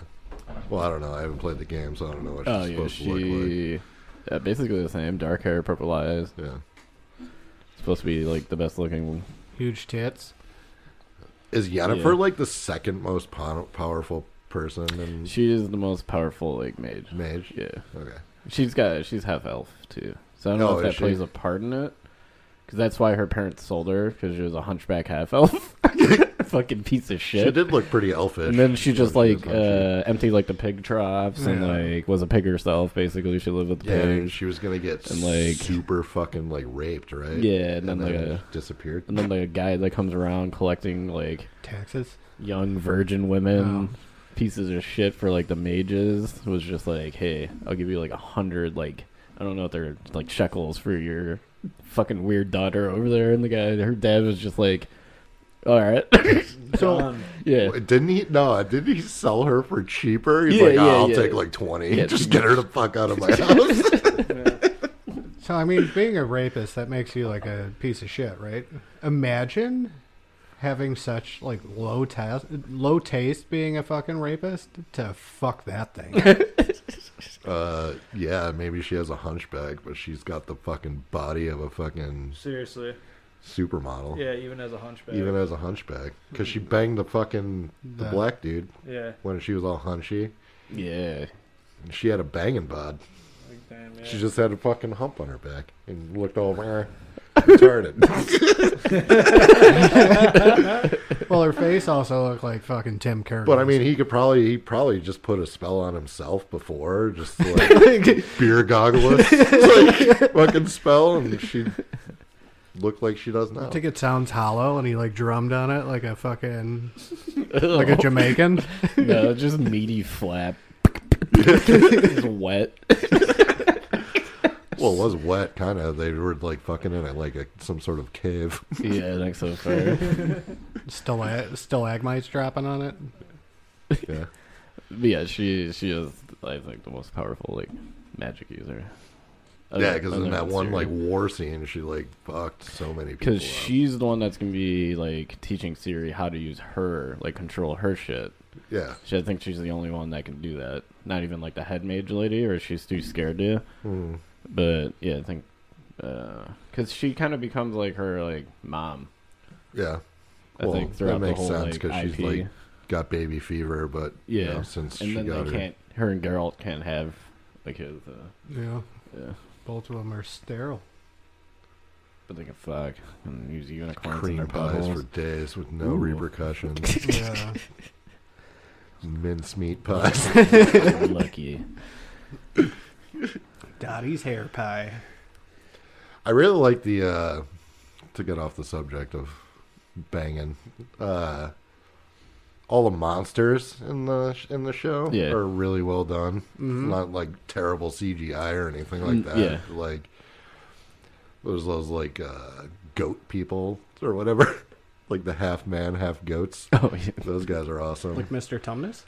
Speaker 2: Well, I don't know. I haven't played the game, so I don't know what she's
Speaker 4: oh, yeah.
Speaker 2: supposed to look like.
Speaker 4: She. Yeah, basically the same. Dark hair, purple eyes.
Speaker 2: Yeah.
Speaker 4: Supposed to be, like, the best looking.
Speaker 3: Huge tits.
Speaker 2: Is Yennefer
Speaker 4: Yeah.
Speaker 2: like the second most po- powerful person in
Speaker 4: She is the most powerful, like, mage.
Speaker 2: Mage?
Speaker 4: Yeah.
Speaker 2: Okay.
Speaker 4: She's got she's half elf too, so I don't
Speaker 2: Oh,
Speaker 4: know if
Speaker 2: is
Speaker 4: that
Speaker 2: she?
Speaker 4: plays a part in it. Because that's why her parents sold her because she was a hunchback half elf, (laughs) fucking piece of
Speaker 2: She
Speaker 4: shit.
Speaker 2: did look pretty elfish.
Speaker 4: and then she just
Speaker 2: when
Speaker 4: like
Speaker 2: was hunchback.
Speaker 4: uh, emptied like the pig troughs and
Speaker 3: Yeah.
Speaker 4: like was a pig herself. Basically, she lived with the
Speaker 2: yeah, and
Speaker 4: pigs.
Speaker 2: she was gonna get
Speaker 4: and, like-
Speaker 2: super fucking like raped, right?
Speaker 4: Yeah, and then, like, uh, a-
Speaker 2: disappeared.
Speaker 4: And then like a guy that comes around collecting like
Speaker 3: Taxes.
Speaker 4: young virgin women. Pieces of shit for like the mages was just like, hey, I'll give you like a hundred like I don't know if they're like shekels for your fucking weird daughter over there, and the guy, her dad was just like, all right, (coughs)
Speaker 3: So
Speaker 5: Done.
Speaker 4: yeah.
Speaker 2: Wait, Didn't he? No, didn't he sell her for cheaper? He's
Speaker 4: Yeah,
Speaker 2: like, "Oh,
Speaker 4: yeah,
Speaker 2: I'll
Speaker 4: yeah.
Speaker 2: take like twenty. (laughs)
Speaker 4: Yeah.
Speaker 2: Just get her the fuck out
Speaker 4: (laughs)
Speaker 2: of my house.
Speaker 3: so I mean, being a rapist that makes you like a piece of shit, right? Imagine having such like low taste, low taste being a fucking rapist to fuck that thing. (laughs)
Speaker 2: uh, yeah, maybe she has a hunchback, but she's got the fucking body of a fucking
Speaker 5: Seriously.
Speaker 2: supermodel.
Speaker 5: Yeah, even as a hunchback.
Speaker 2: Even as a hunchback, because she banged the fucking the
Speaker 3: The-
Speaker 2: black dude
Speaker 5: yeah.
Speaker 2: when she was all hunchy.
Speaker 4: Yeah.
Speaker 2: And She had a banging bod.
Speaker 5: Like, damn, yeah.
Speaker 2: She just had a fucking hump on her back and looked all "Meh, retarded.
Speaker 3: well, her face also looked like fucking Tim Curry.
Speaker 2: but I mean,
Speaker 3: (laughs)
Speaker 2: he could probably he probably just put a spell on himself before, just like (laughs) beer goggle us, like, fucking spell, and she looked like she does
Speaker 3: I
Speaker 2: now.
Speaker 3: think it sounds hollow, and he like drummed on it like a fucking
Speaker 4: (laughs)
Speaker 3: like a (laughs) Jamaican.
Speaker 4: no, just
Speaker 2: (laughs)
Speaker 4: meaty flap. It's wet.
Speaker 2: Well, it was wet, kind of. They were like fucking in it, like a, some sort of
Speaker 4: (laughs)
Speaker 2: cave.
Speaker 4: Yeah, I think so far.
Speaker 3: Stalag- stalagmites dropping on it.
Speaker 2: Yeah.
Speaker 4: But yeah, she she is I think the most powerful like magic user.
Speaker 2: Yeah, because in
Speaker 4: Other
Speaker 2: that
Speaker 4: than
Speaker 2: one like
Speaker 4: Siri.
Speaker 2: war scene, she like fucked so many people.
Speaker 4: because
Speaker 2: up.
Speaker 4: she's the one that's gonna be like teaching Siri how to use her like control her shit.
Speaker 2: yeah,
Speaker 4: She, I think she's the only one that can do that. Not even like the head mage lady, or she's too scared to.
Speaker 2: Mm.
Speaker 4: But yeah, I think because she kind of becomes like her like mom.
Speaker 2: yeah,
Speaker 4: I
Speaker 2: Well,
Speaker 4: think
Speaker 2: that
Speaker 4: throughout
Speaker 2: makes
Speaker 4: the whole
Speaker 2: sense,
Speaker 4: like
Speaker 2: 'cause she's,
Speaker 4: IP.
Speaker 2: like, got baby fever, but yeah,
Speaker 4: yeah,
Speaker 2: since
Speaker 4: and
Speaker 2: she
Speaker 4: then
Speaker 2: got
Speaker 4: they
Speaker 2: her,
Speaker 4: can't. Her and Geralt can't have like his. Uh,
Speaker 3: Yeah,
Speaker 4: yeah,
Speaker 3: both of them are (laughs) sterile.
Speaker 4: but they can fuck and use unicorns in
Speaker 2: cream
Speaker 4: their
Speaker 2: pies
Speaker 4: buttholes.
Speaker 2: for days with no
Speaker 4: Ooh. (laughs)
Speaker 2: repercussions.
Speaker 3: Yeah,
Speaker 2: Mincemeat pies. (laughs)
Speaker 4: Lucky.
Speaker 3: Dottie's hair pie.
Speaker 2: I really like the uh to get off the subject of banging. Uh all the monsters in the in the show
Speaker 4: Yeah.
Speaker 2: are really well done.
Speaker 3: Mhm.
Speaker 2: Not like terrible CGI or anything like
Speaker 4: Mm-hmm. Mm,
Speaker 2: that.
Speaker 4: yeah.
Speaker 2: Like there's those like uh goat people or whatever. (laughs) like the half man, half goats.
Speaker 4: Oh yeah.
Speaker 2: Those guys are awesome.
Speaker 3: Like Mr. Tumnus?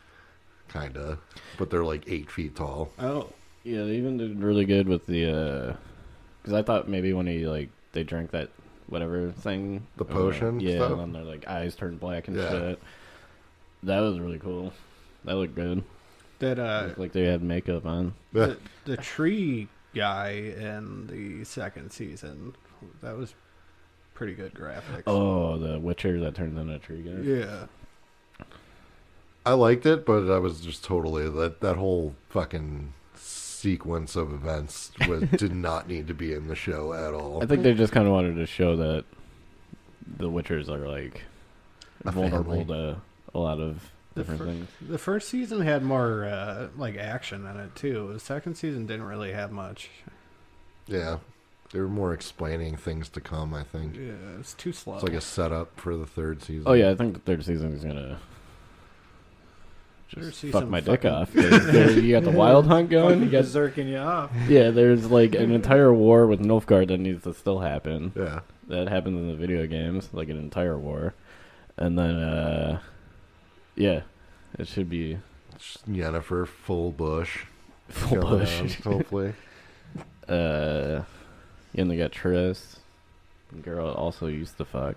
Speaker 2: Kinda. But they're like eight feet tall.
Speaker 4: Oh yeah, they even did really good with the. Because I thought maybe when he like they drank that whatever thing,
Speaker 2: The
Speaker 4: or-
Speaker 2: potion
Speaker 4: yeah,
Speaker 2: stuff?
Speaker 4: and then their like eyes turned black and
Speaker 2: Yeah.
Speaker 4: shit. That was really cool. That looked good.
Speaker 3: That
Speaker 4: It
Speaker 3: uh,
Speaker 4: looked like they had makeup on.
Speaker 3: the, the tree guy in the second season. That was pretty good graphics.
Speaker 4: Oh, the Witcher that turns into a tree guy.
Speaker 3: yeah.
Speaker 2: (laughs) I liked it, but I was just totally that that whole fucking sequence of events
Speaker 4: (laughs)
Speaker 2: was, did not need to be in the show at all.
Speaker 4: I think they just kind of wanted to show that the Witchers are like
Speaker 2: A family.
Speaker 4: vulnerable to a lot of
Speaker 3: The
Speaker 4: different
Speaker 3: fir-
Speaker 4: things.
Speaker 3: The first season had more uh, like action in it too. The second season didn't really have much.
Speaker 2: Yeah, they were more explaining things to come. I think
Speaker 3: Yeah, it's too slow.
Speaker 2: it's like a setup for the third season.
Speaker 4: Oh yeah, I think the third season is gonna
Speaker 3: Third
Speaker 4: just fuck
Speaker 3: season
Speaker 4: my dick
Speaker 3: fucking-
Speaker 4: off. There's- there- you got the wild hunt going. You
Speaker 5: Fucking
Speaker 4: got,
Speaker 5: berserking you off.
Speaker 4: yeah, there's like an entire war with Nilfgaard that needs to still happen.
Speaker 2: yeah.
Speaker 4: That happens in the video games, like an entire war, and then uh yeah, it should be (laughs)
Speaker 2: Just Yennefer full bush.
Speaker 4: full
Speaker 2: coming
Speaker 4: push. (laughs)
Speaker 2: on, hopefully,
Speaker 4: Uh, and they got Triss. Girl also used to fuck.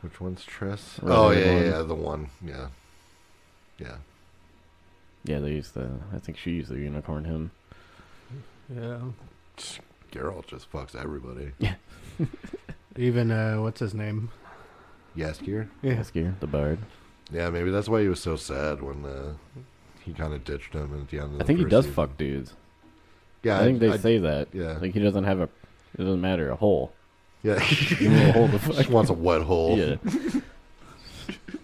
Speaker 2: which one's Triss?
Speaker 4: Right,
Speaker 2: oh
Speaker 4: the
Speaker 2: yeah,
Speaker 4: one.
Speaker 2: yeah, the one. Yeah, yeah.
Speaker 4: Yeah, they used to. I think she used to unicorn him.
Speaker 3: yeah.
Speaker 2: Geralt just fucks everybody.
Speaker 3: Even uh, what's his name?
Speaker 2: Yaskir.
Speaker 3: Yeah.
Speaker 4: Askir, the bard.
Speaker 2: Yeah, maybe that's why he was so sad when uh, he kind of ditched him at the end. of the
Speaker 4: I think he
Speaker 2: first
Speaker 4: does
Speaker 2: season.
Speaker 4: fuck dudes.
Speaker 2: Yeah,
Speaker 4: I think they
Speaker 2: I-
Speaker 4: say that.
Speaker 2: Yeah,
Speaker 4: Like he doesn't have a. It doesn't matter a hole. (laughs)
Speaker 2: yeah.
Speaker 4: He will hold the
Speaker 2: Just
Speaker 4: fuck. (laughs)
Speaker 2: wants a wet hole.
Speaker 4: Yeah.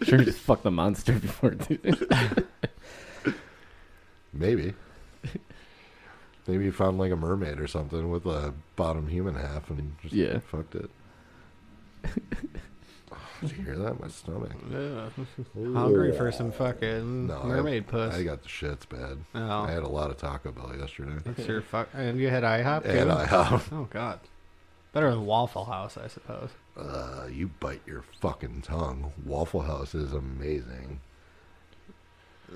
Speaker 4: sure, just fuck the monster (laughs) before. Dude. (laughs)
Speaker 2: Maybe. Maybe he found like a mermaid or something with a bottom human half and just
Speaker 4: Yeah.
Speaker 2: fucked
Speaker 4: (laughs)
Speaker 2: it. Did you hear that? My stomach.
Speaker 3: Yeah. Hungry for some fucking
Speaker 2: No, I-
Speaker 3: mermaid puss.
Speaker 2: I got the shits bad.
Speaker 3: oh,
Speaker 2: I had a lot of Taco Bell yesterday.
Speaker 3: that's your fuck. And you had IHOP. (laughs)
Speaker 2: And
Speaker 3: too?
Speaker 2: I (laughs) have.
Speaker 3: Oh God. Better than Waffle House, I suppose.
Speaker 2: Uh, you bite your fucking tongue. Waffle House is amazing.
Speaker 3: Uh.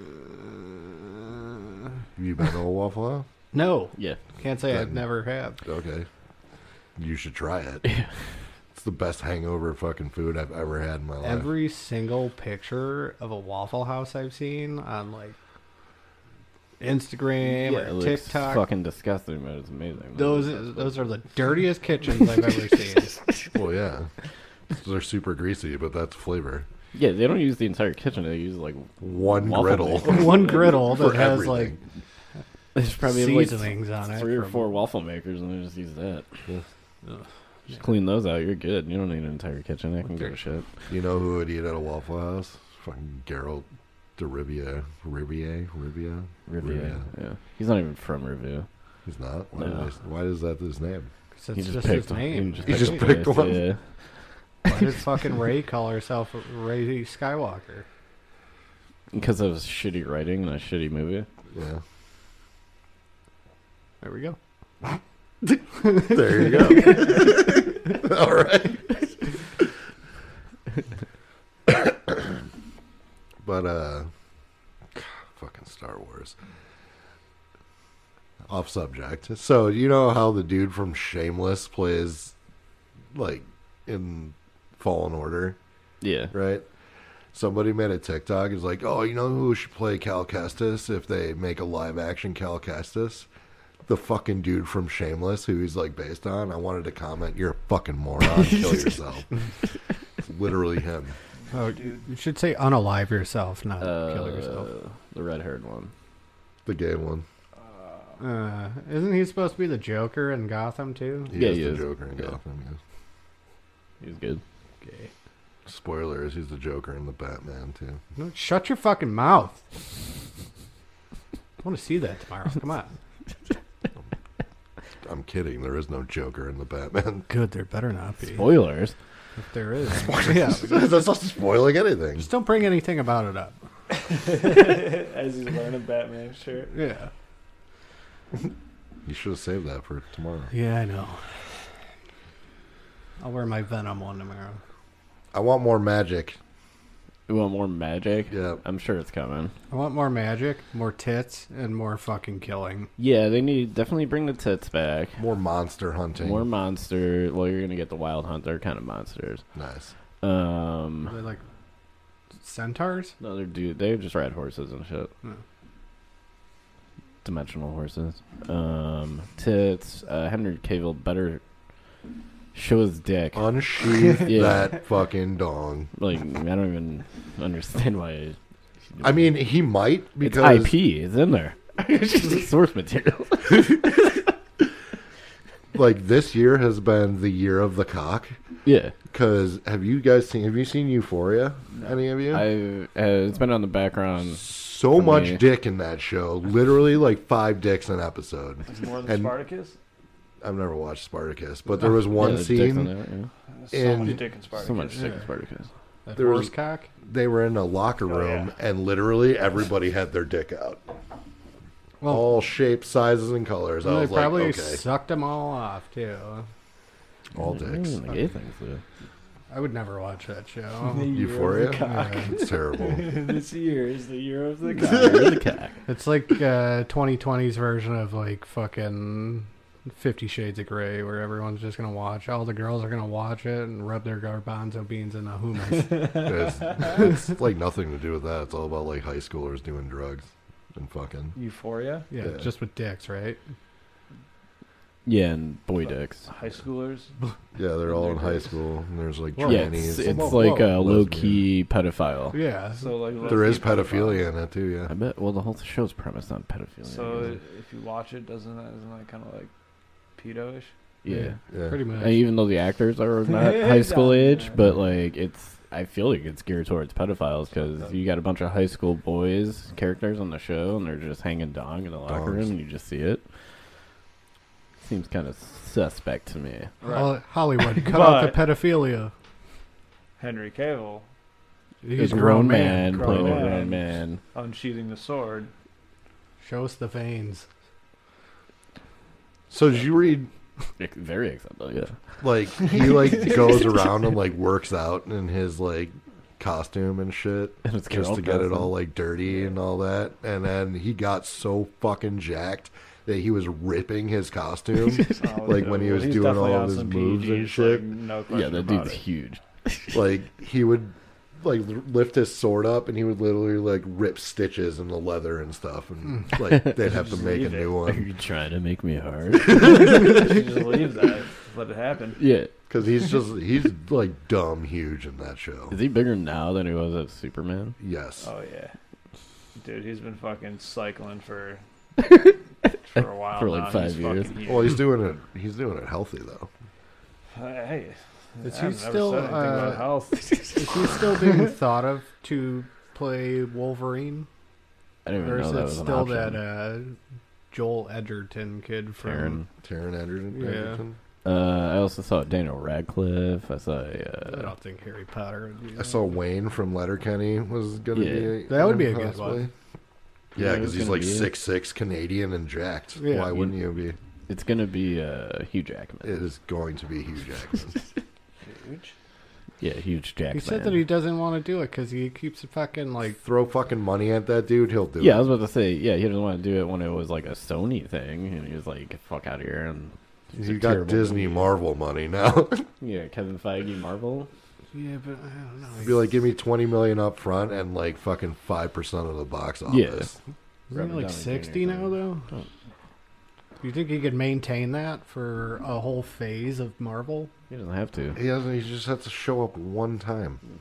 Speaker 2: You been to a Waffle House?
Speaker 3: No,
Speaker 4: Yeah.
Speaker 3: can't say I've
Speaker 2: Then-
Speaker 3: never have.
Speaker 2: Okay. You should try it. It's the best hangover fucking food I've ever had in my life.
Speaker 3: Every single picture of a Waffle House I've seen on like Instagram
Speaker 4: it
Speaker 3: or
Speaker 4: looks
Speaker 3: TikTok,
Speaker 4: fucking disgusting, but it's amazing.
Speaker 3: those those are the dirtiest kitchens I've ever
Speaker 4: (laughs)
Speaker 3: seen.
Speaker 2: Well, yeah. They're super greasy, but that's flavor.
Speaker 4: yeah, they don't use the entire kitchen. They use like
Speaker 2: One
Speaker 4: Waffle
Speaker 2: (laughs) griddle.
Speaker 4: maker.
Speaker 3: (laughs) One griddle that
Speaker 2: For
Speaker 3: has
Speaker 2: everything.
Speaker 4: There's probably like
Speaker 3: seasonings on it.
Speaker 4: three or
Speaker 3: from-
Speaker 4: four waffle makers, and they just use that. Just clean those out. You're good. You don't need an entire kitchen. I can give a shit.
Speaker 2: You know who would eat at a Waffle House? Fucking Geralt de Rivia. Rivier? Rivia?
Speaker 4: Riviera. Yeah, he's not even from Riviera.
Speaker 2: He's not? Why,
Speaker 4: No.
Speaker 2: is, why is that his name?
Speaker 3: 'cause
Speaker 4: he
Speaker 3: It's
Speaker 4: just
Speaker 3: just
Speaker 4: picked
Speaker 3: his name.
Speaker 4: He
Speaker 2: He
Speaker 4: just
Speaker 2: just
Speaker 4: picked,
Speaker 2: picked
Speaker 4: it,
Speaker 2: one.
Speaker 4: Yeah.
Speaker 3: Why did fucking Ray call herself Ray Skywalker?
Speaker 4: Because of shitty writing and a shitty movie.
Speaker 2: Yeah.
Speaker 3: There we go.
Speaker 2: (laughs) There you go. (laughs) All right. (coughs) but uh fucking Star Wars. Off subject. So, you know how the dude from Shameless plays like in Fallen Order?
Speaker 4: Yeah.
Speaker 2: right? Somebody made a TikTok. It's like, oh, you know who should play Cal Kestis if they make a live action Cal Kestis? The fucking dude from Shameless, who he's like based on. I wanted to comment, you're a fucking
Speaker 4: (laughs)
Speaker 2: moron. Kill yourself. it's literally him.
Speaker 3: Oh, you should say unalive yourself, not kill yourself.
Speaker 4: Uh, The red haired one.
Speaker 2: The gay one.
Speaker 3: Uh, isn't he supposed to be the Joker in Gotham too?
Speaker 2: He
Speaker 4: Yeah,
Speaker 2: is
Speaker 4: he
Speaker 2: the
Speaker 4: is.
Speaker 2: Joker in
Speaker 4: Yeah.
Speaker 2: Gotham. Yes.
Speaker 4: He's good.
Speaker 3: Okay.
Speaker 2: Spoilers, he's the Joker in the Batman, too.
Speaker 3: No, shut your fucking mouth. I want to see that tomorrow. Come on.
Speaker 2: I'm kidding. There is no Joker in the
Speaker 4: (laughs)
Speaker 2: Batman.
Speaker 3: Good. There better not be.
Speaker 4: Spoilers.
Speaker 3: If there is,
Speaker 2: (laughs)
Speaker 3: yeah.
Speaker 2: That's not spoiling anything.
Speaker 3: Just don't bring anything about it up.
Speaker 5: (laughs) As he's wearing a Batman shirt.
Speaker 3: Yeah.
Speaker 2: You should have saved that for tomorrow.
Speaker 3: Yeah, I know. I'll wear my Venom one tomorrow.
Speaker 2: I want more magic.
Speaker 4: You want more magic?
Speaker 2: Yeah.
Speaker 4: I'm sure it's coming.
Speaker 3: I want more magic, more tits, and more fucking killing.
Speaker 4: Yeah, they need definitely bring the tits back.
Speaker 2: More monster hunting.
Speaker 4: More monster. Well, you're gonna get the wild hunt. They're kind of monsters.
Speaker 2: Nice.
Speaker 4: Um,
Speaker 3: Are they like centaurs?
Speaker 4: no, they're dude. They just ride horses and shit.
Speaker 3: Hmm.
Speaker 4: Dimensional horses. Um, tits. Uh, Henry Cavill better show his dick.
Speaker 2: Uh, Unsheath
Speaker 4: (laughs) Yeah.
Speaker 2: that fucking dong.
Speaker 4: Like I don't even (laughs) understand why. he-
Speaker 2: I mean, he might
Speaker 4: it's
Speaker 2: because
Speaker 4: IP is
Speaker 2: (laughs)
Speaker 4: in there. it's just source material.
Speaker 2: like this year has been the year of the cock.
Speaker 4: yeah.
Speaker 2: Because have you guys seen? Have you seen Euphoria? Any of you?
Speaker 4: I uh, it's been on the
Speaker 5: Um,
Speaker 4: background.
Speaker 2: so
Speaker 4: for
Speaker 2: much
Speaker 4: me.
Speaker 2: dick in that show. Literally like five dicks an episode.
Speaker 5: It's more than
Speaker 2: And-
Speaker 5: Spartacus.
Speaker 2: I've never watched Spartacus, but there was one
Speaker 4: Ah, Yeah, the dicks
Speaker 2: scene.
Speaker 4: on there, yeah.
Speaker 5: There's
Speaker 2: And-
Speaker 5: so much dick in Spartacus.
Speaker 4: So much
Speaker 3: Yeah.
Speaker 4: Second Spartacus.
Speaker 3: That
Speaker 2: There was-
Speaker 3: horse cock?
Speaker 2: They were in a locker
Speaker 5: Oh, yeah.
Speaker 2: room, and literally everybody had their dick out.
Speaker 3: Well-
Speaker 2: All shapes, sizes, and colors. I
Speaker 3: they
Speaker 2: was like,
Speaker 3: probably
Speaker 2: okay,
Speaker 3: sucked them all off too.
Speaker 2: all
Speaker 4: Yeah, (laughs)
Speaker 2: dicks.
Speaker 4: the gay things, though.
Speaker 3: I would never watch that (laughs) show.
Speaker 2: Euphoria.
Speaker 3: Yeah.
Speaker 2: It's terrible.
Speaker 5: (laughs) this year is the year of the
Speaker 4: Yeah,
Speaker 5: cock.
Speaker 4: the cock.
Speaker 3: It's like uh, 2020's version of like fucking Fifty Shades of Grey, where everyone's just gonna watch. All the girls are gonna watch it and rub their garbanzo beans in the hummus.
Speaker 4: (laughs)
Speaker 2: it's, it's like nothing to do with that. It's all about like high schoolers doing drugs and fucking.
Speaker 5: Euphoria.
Speaker 3: Yeah,
Speaker 2: Yeah.
Speaker 3: just with dicks, right?
Speaker 4: Yeah, and boy dicks.
Speaker 5: High schoolers.
Speaker 2: Yeah, they're all in high school. And there's like
Speaker 3: Whoa.
Speaker 4: yeah,
Speaker 2: trannies.
Speaker 4: it's,
Speaker 2: and-
Speaker 4: it's
Speaker 3: Whoa,
Speaker 4: like
Speaker 3: whoa.
Speaker 4: a low key pedophile.
Speaker 3: Yeah.
Speaker 5: So like
Speaker 2: there
Speaker 5: let's
Speaker 2: is
Speaker 5: keep it
Speaker 2: pedophilia in it too.
Speaker 4: I
Speaker 2: Yeah,
Speaker 4: bet. Well, the whole show's premised on pedophilia.
Speaker 5: fun. So
Speaker 4: isn't it?
Speaker 5: if you watch it, doesn't that isn't that kind of like pedo-ish?
Speaker 4: yeah.
Speaker 2: yeah.
Speaker 3: pretty much.
Speaker 4: And even though the actors are not high school age, but like it's, I feel like it's geared towards pedophiles because you got a bunch of high school boys characters on the show, and they're just hanging dong in the locker
Speaker 2: Dongs.
Speaker 4: room, and you just see it. Seems kind of suspect to me.
Speaker 3: Hol- Hollywood, cut out the
Speaker 5: But-
Speaker 3: pedophilia.
Speaker 5: Henry Cavill
Speaker 4: a
Speaker 3: He's
Speaker 4: grown, man,
Speaker 5: grown
Speaker 4: playing a
Speaker 5: man.
Speaker 4: grown man.
Speaker 5: unsheathing
Speaker 2: (laughs)
Speaker 5: the sword.
Speaker 3: Show us the veins.
Speaker 2: So did you read
Speaker 4: Ec- Very acceptable, (laughs) yeah.
Speaker 2: Like he like goes around and like works out in his like costume and shit.
Speaker 4: And it's
Speaker 2: just
Speaker 4: Carol
Speaker 2: to get it
Speaker 4: Coulson.
Speaker 2: all like dirty and all that. And then he got so fucking jacked that he was ripping his
Speaker 4: (laughs)
Speaker 2: costume.
Speaker 5: Oh,
Speaker 2: Like, when he
Speaker 5: well,
Speaker 2: was
Speaker 5: he's
Speaker 2: doing all
Speaker 5: definitely
Speaker 2: of
Speaker 5: on
Speaker 2: his
Speaker 5: some
Speaker 2: moves and
Speaker 5: PEDs,
Speaker 2: shit.
Speaker 5: Like, no question
Speaker 4: yeah, that
Speaker 5: about
Speaker 4: dude's
Speaker 5: it.
Speaker 4: huge.
Speaker 2: like he would like l- lift his sword up and he would literally like rip stitches in the leather and stuff
Speaker 4: (laughs)
Speaker 2: and like they'd have to
Speaker 5: Just
Speaker 2: make a
Speaker 5: leave it.
Speaker 2: new
Speaker 4: (laughs) Are
Speaker 2: one
Speaker 4: you trying to make me hard?
Speaker 5: You (laughs) just leave that. Let it happen.
Speaker 4: (laughs) yeah.
Speaker 2: because he's just he's like dumb huge in that show
Speaker 4: Is he bigger now than he was at Superman?
Speaker 2: yes
Speaker 5: Oh yeah, dude, he's been fucking
Speaker 4: (laughs)
Speaker 5: cycling for for a while
Speaker 4: For, like,
Speaker 5: now.
Speaker 4: five
Speaker 5: He's
Speaker 4: years.
Speaker 5: fucking
Speaker 2: well
Speaker 5: huge.
Speaker 2: he's doing it he's doing it healthy though
Speaker 5: Hey,
Speaker 3: Is
Speaker 5: I've
Speaker 3: he
Speaker 5: never
Speaker 3: still,
Speaker 5: said anything about
Speaker 3: uh,
Speaker 2: (laughs)
Speaker 5: health.
Speaker 3: Is he still
Speaker 4: (laughs)
Speaker 3: being thought of to play Wolverine?
Speaker 4: I didn't even
Speaker 3: Or is
Speaker 4: know that
Speaker 3: it
Speaker 4: was
Speaker 3: still
Speaker 4: an option.
Speaker 3: that uh, Joel Edgerton kid
Speaker 4: Taryn.
Speaker 3: from
Speaker 2: Taron Edgerton,
Speaker 3: Yeah.
Speaker 2: Edgerton?
Speaker 4: Uh, I also saw Daniel Radcliffe. I saw.
Speaker 3: I
Speaker 4: Uh,
Speaker 3: don't think Harry Potter would be
Speaker 2: I saw Wayne from Letterkenny was gonna be
Speaker 4: Yeah.
Speaker 3: That would be a good one.
Speaker 2: Yeah,
Speaker 4: Yeah,
Speaker 2: because
Speaker 4: it's
Speaker 2: he's
Speaker 4: gonna
Speaker 2: like
Speaker 4: be it.
Speaker 2: six six Canadian and jacked.
Speaker 3: Yeah.
Speaker 2: Why wouldn't you be? It
Speaker 4: it's gonna be uh, Hugh Jackman.
Speaker 2: is going to be Hugh Jackman.
Speaker 4: (laughs)
Speaker 5: Huge.
Speaker 4: yeah, huge
Speaker 3: that.
Speaker 4: Jackman.
Speaker 3: He said that he doesn't want to do it because he keeps fucking like
Speaker 2: Throw fucking money at that dude, he'll do
Speaker 4: Yeah, I
Speaker 2: it.
Speaker 4: was about to say. Yeah, he didn't want to do it when it was like a Sony thing, and he was like, "Get the "Fuck out of here!" And it's a
Speaker 2: He's got
Speaker 4: terrible
Speaker 2: Disney
Speaker 4: movie.
Speaker 2: Marvel money now. (laughs)
Speaker 4: Yeah, Kevin Feige, Marvel.
Speaker 3: yeah, but I don't know.
Speaker 2: be like, give me twenty million up front and like fucking five percent of the box office.
Speaker 3: Isn't he
Speaker 4: Robert
Speaker 3: like
Speaker 4: Downey Jr.
Speaker 3: sixty now though?
Speaker 4: Oh.
Speaker 3: Do you think he could maintain that for a whole phase of Marvel?
Speaker 4: He doesn't have to.
Speaker 2: He doesn't. He just has to show up one time.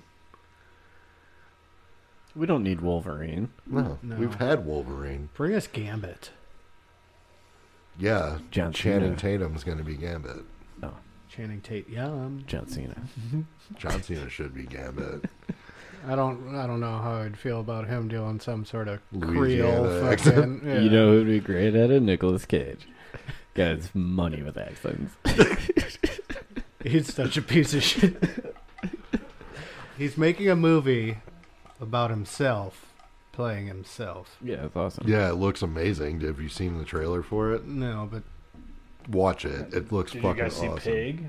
Speaker 4: We don't need Wolverine.
Speaker 2: No,
Speaker 3: No.
Speaker 2: we've had Wolverine.
Speaker 3: Bring us Gambit.
Speaker 2: Yeah,
Speaker 4: John
Speaker 2: Channing
Speaker 4: Cena.
Speaker 2: Tatum's going to be Gambit.
Speaker 4: No,
Speaker 3: Channing Tate. Yum.
Speaker 4: John Cena.
Speaker 2: John Cena should be
Speaker 5: (laughs)
Speaker 2: Gambit.
Speaker 3: I don't. I don't know how I'd feel about him doing some sort of Creole
Speaker 2: Louisiana accent.
Speaker 4: (laughs)
Speaker 3: fucking. Yeah.
Speaker 4: You know who'd be great at it? Nicolas Cage. Guy's money with accents.
Speaker 3: he's such a piece of shit. (laughs) he's making a movie about himself playing himself.
Speaker 4: Yeah, it's awesome.
Speaker 2: Yeah, it looks amazing. Have you seen the trailer for it?
Speaker 3: No, but
Speaker 2: Watch it. It looks
Speaker 5: Did you
Speaker 2: fucking
Speaker 5: guys see
Speaker 2: awesome.
Speaker 5: Pig?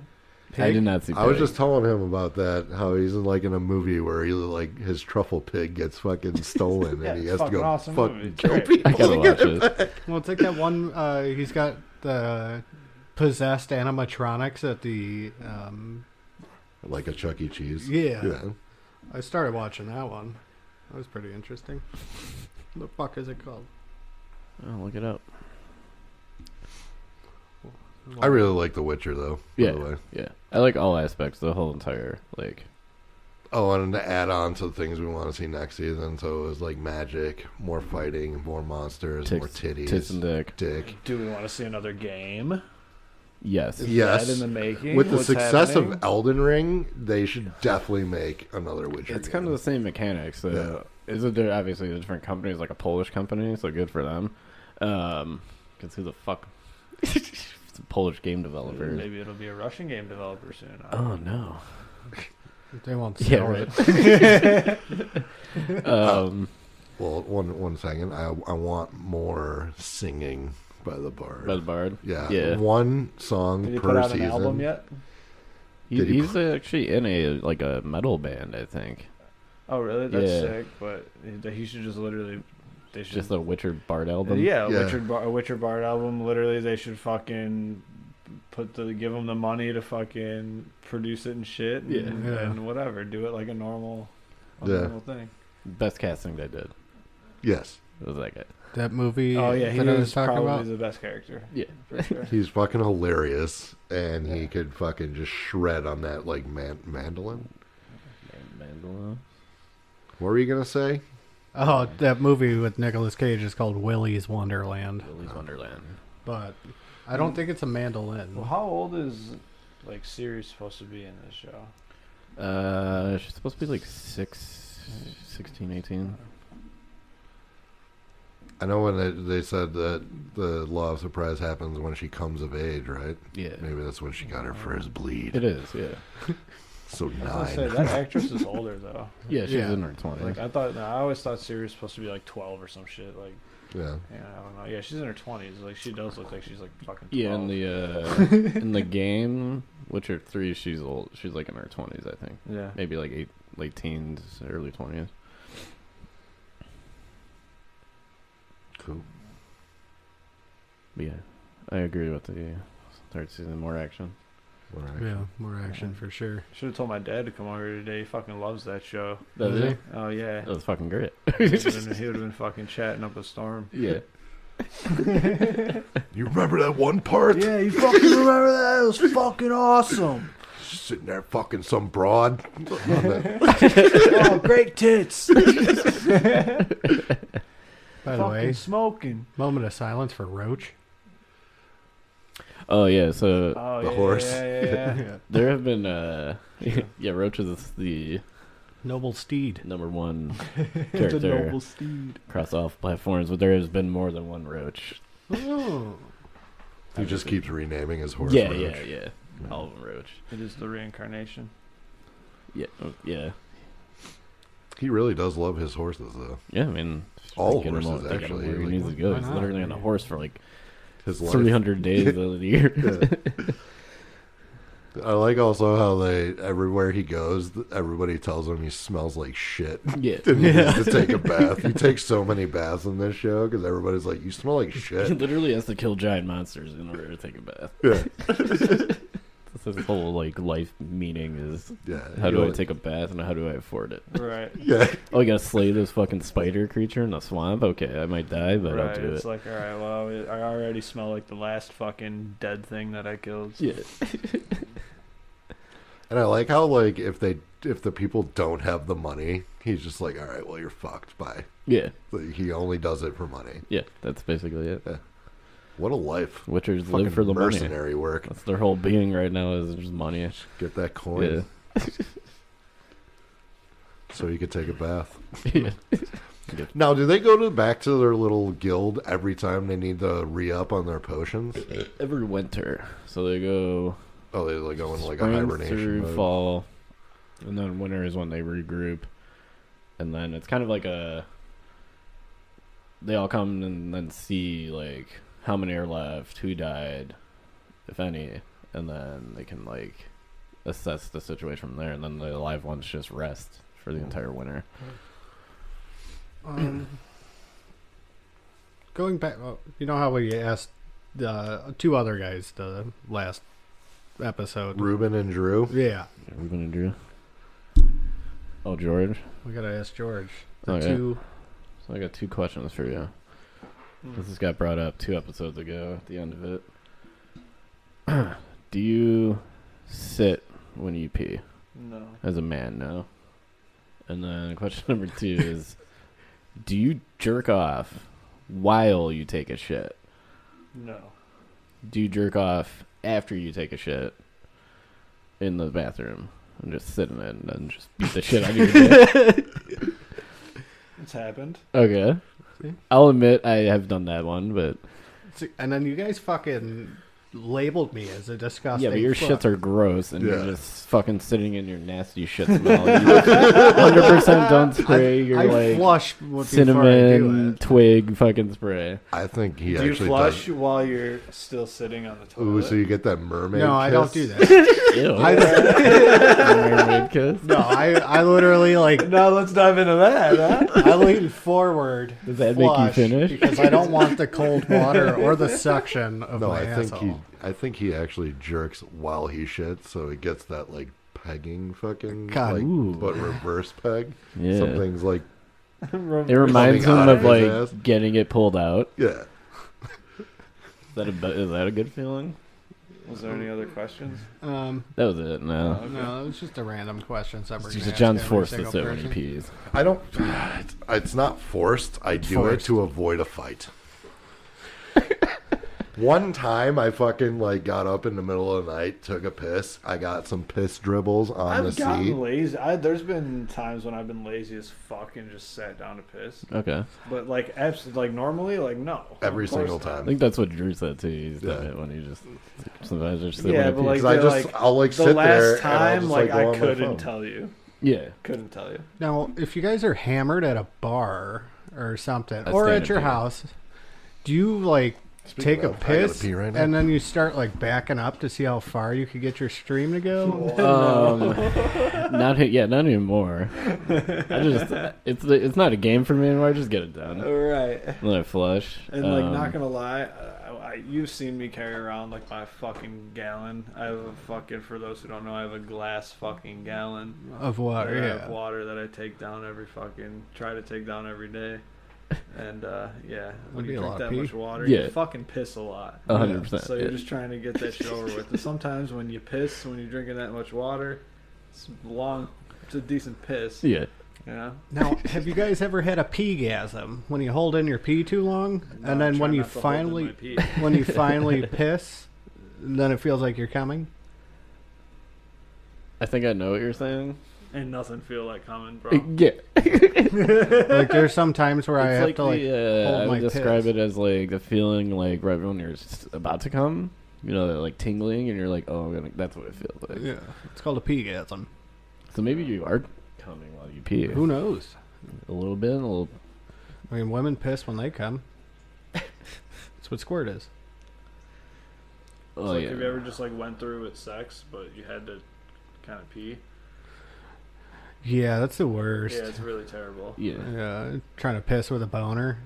Speaker 4: I
Speaker 3: Pig?
Speaker 4: did not see.
Speaker 2: I was
Speaker 4: Pig.
Speaker 2: just telling him about that. How he's in like in a movie where he like his truffle pig gets
Speaker 5: (laughs)
Speaker 2: fucking stolen
Speaker 5: Yeah,
Speaker 2: and he has
Speaker 5: it's
Speaker 2: to
Speaker 5: fucking
Speaker 2: go
Speaker 5: awesome
Speaker 2: fucking
Speaker 5: movie. It's
Speaker 2: kill
Speaker 5: great.
Speaker 2: (laughs) people.
Speaker 4: I gotta watch it.
Speaker 3: well, it's like that one. Uh, he's got the possessed animatronics at the. Um,
Speaker 2: Like a Chuck E. Cheese.
Speaker 3: Yeah.
Speaker 2: yeah.
Speaker 3: I started watching that one. That was pretty interesting. the fuck is it called?
Speaker 4: Oh, look it up.
Speaker 2: I really like The Witcher though. By
Speaker 4: Yeah.
Speaker 2: the way.
Speaker 4: Yeah, I like all aspects. The whole entire like.
Speaker 2: Oh, and to add on to the things we want to see next season, so it was like magic, more fighting, more monsters,
Speaker 4: Tits,
Speaker 2: more titties,
Speaker 4: tits and dick.
Speaker 2: dick.
Speaker 5: Do we want to see another game?
Speaker 4: Yes.
Speaker 5: Is
Speaker 2: Yes.
Speaker 5: that in the making?
Speaker 2: With the
Speaker 5: What's
Speaker 2: success
Speaker 5: happening?
Speaker 2: of Elden Ring, they should definitely make another Witcher.
Speaker 4: It's kind of
Speaker 2: game.
Speaker 4: the same mechanics. So is it there obviously a different company? It's like a Polish company, so good for them. Um, because who the fuck? (laughs) it's a Polish game developer.
Speaker 5: Maybe it'll be a Russian game developer soon. I don't
Speaker 4: Oh no.
Speaker 3: They won't
Speaker 4: Yeah,
Speaker 3: sell
Speaker 4: right.
Speaker 3: it.
Speaker 4: Um,
Speaker 2: well, one one second. I I want more singing by the bard.
Speaker 4: Bud Bard.
Speaker 2: yeah,
Speaker 4: Yeah.
Speaker 2: one song
Speaker 5: Did he
Speaker 2: per
Speaker 5: put out
Speaker 2: season.
Speaker 5: an album yet?
Speaker 4: He,
Speaker 2: Did he
Speaker 4: he's actually in a like a metal band, I think.
Speaker 5: Oh, really? That's
Speaker 4: Yeah.
Speaker 5: sick. But he- he should just literally. They should.
Speaker 4: Just the Witcher Bard album.
Speaker 5: Yeah, a
Speaker 2: Yeah.
Speaker 5: Witcher, Bar- a Witcher Bard album. Literally, they should fucking put the give them the money to fucking produce it and shit. And,
Speaker 4: Yeah.
Speaker 3: Yeah.
Speaker 5: and whatever. Do it like a normal, a
Speaker 2: Yeah.
Speaker 5: normal thing.
Speaker 4: Best casting they did
Speaker 2: Yes,
Speaker 4: was that guy.
Speaker 3: That movie.
Speaker 5: (laughs) oh yeah, he
Speaker 3: that I
Speaker 5: was
Speaker 3: was talking
Speaker 5: probably
Speaker 3: about.
Speaker 5: the best character.
Speaker 4: Yeah.
Speaker 5: For sure.
Speaker 2: he's fucking hilarious, and he
Speaker 5: Yeah.
Speaker 2: could fucking just shred on that like man- mandolin.
Speaker 4: Mandela.
Speaker 2: What were you gonna say?
Speaker 3: Oh, that movie with Nicolas Cage is called Willy's Wonderland,
Speaker 4: Willy's Wonderland.
Speaker 3: but I don't think it's a mandolin.
Speaker 5: Well, how old is like Siri supposed to be in this show?
Speaker 4: Uh, she's supposed to be like six, 16, 18.
Speaker 2: I know when they, they said that the law of surprise happens when she comes of age, right?
Speaker 4: Yeah.
Speaker 2: Maybe that's when she got her first bleed.
Speaker 4: It is, yeah.
Speaker 2: So
Speaker 5: I was gonna say
Speaker 2: nine.
Speaker 5: that actress is older though.
Speaker 4: Yeah, she's
Speaker 3: Yeah.
Speaker 4: in her twenties.
Speaker 5: Like I thought, I always thought Siri was supposed to be like twelve or some shit. Like,
Speaker 2: (laughs) Yeah.
Speaker 5: yeah, I don't know. Yeah, she's in her twenties. Like, she does look like she's like fucking. 12.
Speaker 4: yeah, in the uh, in
Speaker 5: (laughs)
Speaker 4: the game, Witcher Three, she's old. She's like in her twenties, I think.
Speaker 5: yeah.
Speaker 4: Maybe like eight, late teens, early twenties.
Speaker 2: Cool.
Speaker 4: But yeah, I agree with the third season more action.
Speaker 2: All right.
Speaker 3: Yeah, more action for sure.
Speaker 5: Should have told my dad to come over here today. He fucking loves that show.
Speaker 4: Does
Speaker 3: Yeah.
Speaker 4: it?
Speaker 5: Oh yeah.
Speaker 4: That was fucking great.
Speaker 5: he would have been, he would've been fucking chatting up a storm.
Speaker 4: yeah.
Speaker 2: You remember that one part?
Speaker 5: you (laughs) fucking remember that? It was fucking awesome.
Speaker 2: Just sitting there fucking some broad. (laughs) on that-
Speaker 5: Oh, great tits.
Speaker 3: By the
Speaker 5: fucking
Speaker 3: way,
Speaker 5: smoking.
Speaker 3: moment of silence for Roach.
Speaker 4: (laughs) Oh yeah. So
Speaker 5: Oh,
Speaker 2: The
Speaker 5: yeah,
Speaker 2: horse.
Speaker 5: Yeah,
Speaker 2: (laughs)
Speaker 5: yeah, yeah.
Speaker 4: there have been uh, (laughs) yeah, Roach is the
Speaker 3: (laughs)
Speaker 2: (laughs)
Speaker 3: Noble Steed.
Speaker 4: number one
Speaker 5: (laughs) the
Speaker 4: character
Speaker 5: noble steed.
Speaker 4: across all platforms, but there has been more than one Roach.
Speaker 3: Oh.
Speaker 2: he just keeps renaming his horse.
Speaker 4: yeah,
Speaker 2: Roach.
Speaker 4: yeah, yeah, All of them Roach.
Speaker 5: It is the reincarnation.
Speaker 4: Yeah, oh, yeah,
Speaker 2: He really does love his horses, though.
Speaker 4: yeah. I mean,
Speaker 2: All
Speaker 4: get him
Speaker 2: horses,
Speaker 4: they got him
Speaker 2: actually,
Speaker 4: Where he
Speaker 2: like-
Speaker 4: needs to go.
Speaker 3: Why
Speaker 4: He's
Speaker 3: not?
Speaker 4: literally on a horse for like
Speaker 2: His life.
Speaker 4: 300 days of
Speaker 2: (laughs)
Speaker 4: the year.
Speaker 2: I like also how they everywhere he goes, th- everybody tells him he smells like shit.
Speaker 4: yeah.
Speaker 2: And he
Speaker 4: (laughs)
Speaker 2: needs to take a bath. He takes so many baths in this show because everybody's like, "You smell like
Speaker 4: He (laughs)
Speaker 2: shit."
Speaker 4: literally has to kill giant monsters in order to take a bath.
Speaker 2: Yeah.
Speaker 4: That's his whole like life meaning is
Speaker 2: Yeah.
Speaker 4: how
Speaker 2: You
Speaker 4: do I
Speaker 2: know,
Speaker 4: take a bath and how do I afford it?
Speaker 5: Right.
Speaker 2: (laughs) Yeah.
Speaker 4: Oh, I gotta slay this fucking spider creature in the swamp. Okay, I might die, but
Speaker 5: right.
Speaker 4: I'll do
Speaker 5: it's
Speaker 4: it.
Speaker 5: like, all right, well, it- I already smell like the last fucking dead thing that I killed.
Speaker 4: Yeah.
Speaker 2: And I like how like if they if the people don't have the money, he's just like, "All right, well you're fucked." Bye.
Speaker 4: Yeah,
Speaker 2: Like, he only does it for money.
Speaker 4: yeah. That's basically it.
Speaker 2: What a life.
Speaker 4: Witchers
Speaker 2: Fucking
Speaker 4: live for the money.
Speaker 2: mercenary work.
Speaker 4: That's their whole being right now is just money. (laughs)
Speaker 2: Get that coin
Speaker 4: Yeah.
Speaker 2: (laughs) so you could take a bath.
Speaker 4: yeah.
Speaker 2: Now, do they go to back to their little guild every time they need to re up on their potions?
Speaker 4: Every winter, so they go
Speaker 2: Oh, they like go into like a
Speaker 4: spring
Speaker 2: hibernation
Speaker 4: through
Speaker 2: mode.
Speaker 4: fall, and then winter is when they regroup, and then it's kind of like a. They all come and then see like how many are left, who died, if any, and then they can like assess the situation from there. And then the alive ones just rest for the entire winter.
Speaker 3: Um, going back, well, you know how we asked uh, two other guys the last episode.
Speaker 2: Ruben and Drew.
Speaker 3: Yeah,
Speaker 4: Ruben and Drew. Oh, George.
Speaker 3: we gotta ask George. The
Speaker 4: Okay.
Speaker 3: two,
Speaker 4: So I got two questions for you.
Speaker 5: Mm.
Speaker 4: This has got brought up two episodes ago at the end of it. (clears throat) Do you sit when you pee
Speaker 5: No.
Speaker 4: as a man? No. And then question (laughs) number two is Do you jerk off while you take a shit?
Speaker 5: No.
Speaker 4: Do you jerk off after you take a shit in the bathroom and just sit in it and then just beat the shit out of your dick?
Speaker 5: It's happened.
Speaker 4: Okay.
Speaker 3: See?
Speaker 4: I'll admit I have done that one, but
Speaker 3: and then you guys fucking labeled me as a disgusting.
Speaker 4: Yeah, but your
Speaker 3: fuck.
Speaker 4: shits are gross, and
Speaker 2: Yeah.
Speaker 4: you're just fucking sitting in your nasty shit smell. Hundred percent don't spray.
Speaker 3: (laughs) I,
Speaker 4: your
Speaker 3: I
Speaker 4: like
Speaker 3: flush before I do
Speaker 4: cinnamon
Speaker 3: it.
Speaker 4: twig fucking spray.
Speaker 2: I think he
Speaker 5: do you
Speaker 2: actually
Speaker 5: flush while you're still sitting on the
Speaker 2: does. Ooh,
Speaker 5: toilet?
Speaker 2: so you get that mermaid.
Speaker 3: No, I don't do
Speaker 2: kiss?
Speaker 3: that.
Speaker 4: Ew.
Speaker 3: I, (laughs)
Speaker 4: Mermaid kiss.
Speaker 3: no, I, I literally like
Speaker 5: now let's dive into that. Huh?
Speaker 3: I lean forward.
Speaker 4: Does that make you
Speaker 3: flush,
Speaker 4: finish?
Speaker 3: Because I don't want the cold water or the suction
Speaker 2: (laughs)
Speaker 3: of
Speaker 2: No,
Speaker 3: my
Speaker 2: I think
Speaker 3: asshole.
Speaker 2: he. I think he actually jerks while he shits, so he gets that like pegging fucking
Speaker 3: God,
Speaker 2: like,
Speaker 4: ooh.
Speaker 2: but reverse
Speaker 5: (laughs)
Speaker 2: peg.
Speaker 4: Yeah.
Speaker 2: Something's like
Speaker 4: It
Speaker 2: Something
Speaker 4: reminds him
Speaker 2: out
Speaker 4: of
Speaker 2: of
Speaker 4: like
Speaker 2: his ass.
Speaker 4: getting it pulled out.
Speaker 2: yeah.
Speaker 4: Is that a bu- is that a good feeling?
Speaker 5: Was there any other questions?
Speaker 3: Um,
Speaker 4: That was it. No.
Speaker 3: no, it's just a random question. So we're
Speaker 4: It's
Speaker 3: gonna
Speaker 4: just
Speaker 3: ask
Speaker 4: John's
Speaker 3: every
Speaker 4: forced to
Speaker 3: single
Speaker 4: sit when he
Speaker 3: person.
Speaker 4: pees.
Speaker 2: I don't. (sighs) It's, it's not forced. I do
Speaker 3: forced.
Speaker 2: it to avoid a fight. (laughs) One time I fucking like got up in the middle of the night, took a piss. I got some piss dribbles on
Speaker 5: I've
Speaker 2: the
Speaker 5: gotten
Speaker 2: seat.
Speaker 5: lazy. I, there's been times when I've been lazy as fuck and just sat down to piss.
Speaker 4: Okay.
Speaker 5: But like, abs- like normally, like no.
Speaker 2: Every
Speaker 5: Of course
Speaker 2: single
Speaker 5: not.
Speaker 2: time.
Speaker 4: I think that's what Drew said too. He's done
Speaker 2: Yeah.
Speaker 4: it when he just sometimes just
Speaker 5: Yeah,
Speaker 4: when
Speaker 5: but
Speaker 4: he
Speaker 5: like-
Speaker 2: Because I
Speaker 5: they're
Speaker 2: just
Speaker 5: like,
Speaker 2: I'll like
Speaker 5: The
Speaker 2: sit there
Speaker 5: last
Speaker 2: and I'll
Speaker 5: time,
Speaker 2: just,
Speaker 5: like,
Speaker 2: like, go
Speaker 5: I
Speaker 2: on my
Speaker 5: couldn't
Speaker 2: phone.
Speaker 5: tell you.
Speaker 4: yeah.
Speaker 5: Couldn't tell you.
Speaker 3: Now, if you guys are hammered at a bar or something,
Speaker 4: That's
Speaker 3: or at
Speaker 4: standard
Speaker 3: your
Speaker 4: beer.
Speaker 3: house, do you like
Speaker 2: Speaking
Speaker 3: take a
Speaker 2: of, I gotta
Speaker 3: piss
Speaker 2: pee right now.
Speaker 3: and then you start like backing up to see how far you could get your stream to go?
Speaker 4: (laughs)
Speaker 5: (laughs)
Speaker 4: Um, not he- yeah, not anymore. I
Speaker 5: (laughs)
Speaker 4: just it's it's not a game for me anymore. I just get it done.
Speaker 5: Right.
Speaker 4: Let it flush.
Speaker 5: And like,
Speaker 4: Um,
Speaker 5: not gonna lie, I, I, you've seen me carry around like my fucking gallon. I have a fucking. For those who don't know, I have a glass fucking gallon
Speaker 3: of what?
Speaker 5: that I have
Speaker 3: Yeah.
Speaker 5: water that I take down every fucking. Try to take down every day. And uh, yeah, when
Speaker 3: That'd be
Speaker 5: you
Speaker 3: a
Speaker 5: drink
Speaker 3: lot of
Speaker 5: that
Speaker 3: pee.
Speaker 5: much water,
Speaker 4: Yeah.
Speaker 5: you fucking piss a lot.
Speaker 4: a hundred percent.
Speaker 5: So you're
Speaker 4: yeah.
Speaker 5: just trying to get that shit over with. And sometimes when you piss, when you're drinking that much water, it's long. It's a decent piss.
Speaker 4: yeah.
Speaker 5: You know.
Speaker 3: Now, have you guys ever had a peegasm when you hold in your pee too long, and
Speaker 5: No, I
Speaker 3: then
Speaker 5: try
Speaker 3: when you
Speaker 5: not to hold in my
Speaker 3: finally
Speaker 4: (laughs)
Speaker 5: pee.
Speaker 3: (laughs) when you finally piss, then it feels like you're coming?
Speaker 4: I think I know what you're saying. Uh,
Speaker 5: and nothing feel like coming, bro.
Speaker 4: Yeah.
Speaker 3: Like there's some times where I
Speaker 4: it's
Speaker 3: have
Speaker 4: like
Speaker 3: to like
Speaker 4: the,
Speaker 3: hold
Speaker 4: uh, I
Speaker 3: my
Speaker 4: would describe it
Speaker 3: piss.
Speaker 4: as like the feeling like right when you're s- about to come, you know, that, like tingling, and you're like, oh, I'm gonna, that's what it feels like.
Speaker 3: yeah, it's called a peegasm.
Speaker 4: So maybe you are coming while you pee.
Speaker 3: Who knows?
Speaker 4: A little bit, a little.
Speaker 3: I mean, women piss when they come. That's what squirt is.
Speaker 5: It's
Speaker 4: Oh,
Speaker 5: like
Speaker 4: yeah.
Speaker 5: have you ever just like went through with sex, but you had to kind of pee?
Speaker 3: Yeah, that's the
Speaker 5: Yeah,
Speaker 3: worst.
Speaker 5: it's really terrible.
Speaker 3: Yeah,
Speaker 4: yeah.
Speaker 3: trying to piss with a boner.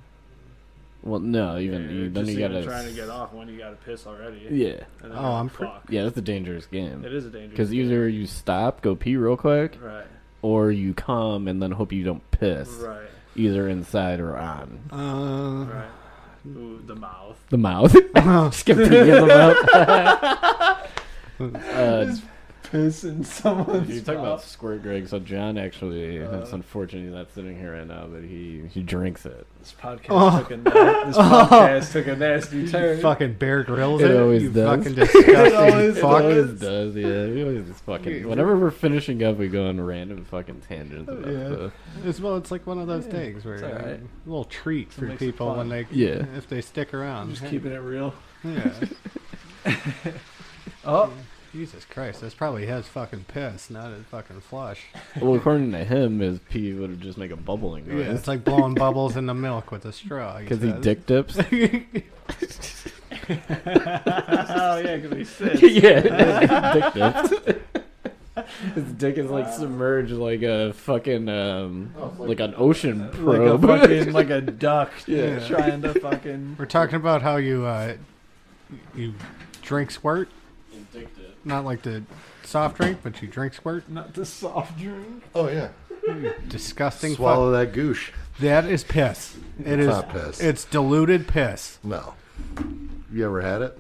Speaker 4: Well, no,
Speaker 5: Yeah,
Speaker 4: even
Speaker 5: you're
Speaker 4: you, then
Speaker 5: just
Speaker 4: you
Speaker 5: even
Speaker 4: gotta.
Speaker 5: trying to get off when you got to piss already.
Speaker 4: Yeah.
Speaker 3: Oh,
Speaker 5: And then you're like,
Speaker 3: I'm pre-
Speaker 5: fuck.
Speaker 4: Yeah, that's a dangerous
Speaker 5: It
Speaker 4: game.
Speaker 5: is a dangerous.
Speaker 4: Because
Speaker 5: game.
Speaker 4: either you stop, go pee real quick,
Speaker 5: right,
Speaker 4: or you come and then hope you don't piss,
Speaker 5: right,
Speaker 4: either inside or on
Speaker 3: Uh,
Speaker 5: right. Ooh, the mouth.
Speaker 4: the mouth. (laughs)
Speaker 3: (laughs)
Speaker 4: Skip the in the mouth. uh,
Speaker 5: Pissing someone's
Speaker 4: You're talking about squirt, Greg. So John actually, it's
Speaker 3: Uh.
Speaker 4: unfortunate he's not sitting here right now, but he he drinks it.
Speaker 5: This podcast took a na- (laughs) this podcast took a nasty turn.
Speaker 3: fucking Bear Grylls.
Speaker 4: It
Speaker 3: It,
Speaker 4: always
Speaker 3: you
Speaker 4: does.
Speaker 5: (laughs)
Speaker 3: Fucking disgusting
Speaker 5: always
Speaker 3: fuck.
Speaker 4: He
Speaker 5: does.
Speaker 4: does, yeah. He always just fucking. Whenever we're finishing up, we go on random fucking tangents. About
Speaker 3: Yeah.
Speaker 4: stuff.
Speaker 3: It's, well, it's like one of those things where
Speaker 5: it's all
Speaker 3: a
Speaker 5: right.
Speaker 3: little treat for
Speaker 5: makes it
Speaker 3: people
Speaker 5: fun.
Speaker 3: when they
Speaker 4: Yeah.
Speaker 3: if they stick around.
Speaker 5: Just
Speaker 3: Hey,
Speaker 5: keeping it real.
Speaker 3: yeah.
Speaker 5: Oh,
Speaker 3: Jesus Christ, that's probably his fucking piss, not his fucking flush.
Speaker 4: Well, according to him, his pee would just make a bubbling
Speaker 3: Yeah,
Speaker 4: noise
Speaker 3: it's like blowing bubbles in the milk with a straw.
Speaker 4: because he
Speaker 3: says.
Speaker 4: dick dips.
Speaker 5: (laughs) oh yeah, (laughs) because he sits.
Speaker 4: yeah, (laughs) dick Uh. dips. His dick is like submerged like a fucking um, like an ocean
Speaker 5: Like Oh, a
Speaker 4: probe. (laughs)
Speaker 5: fucking like a duck.
Speaker 4: Yeah.
Speaker 5: trying to fucking.
Speaker 3: (laughs) We're talking about how you uh, you drink squirt, not like the soft drink, but you drink squirt.
Speaker 5: Not the soft drink.
Speaker 2: Oh yeah,
Speaker 3: Disgusting.
Speaker 2: swallow
Speaker 3: Fuck.
Speaker 2: that goosh.
Speaker 3: That is piss. It
Speaker 2: It's
Speaker 3: is.
Speaker 2: not piss.
Speaker 3: It's diluted piss.
Speaker 2: No, you ever had it?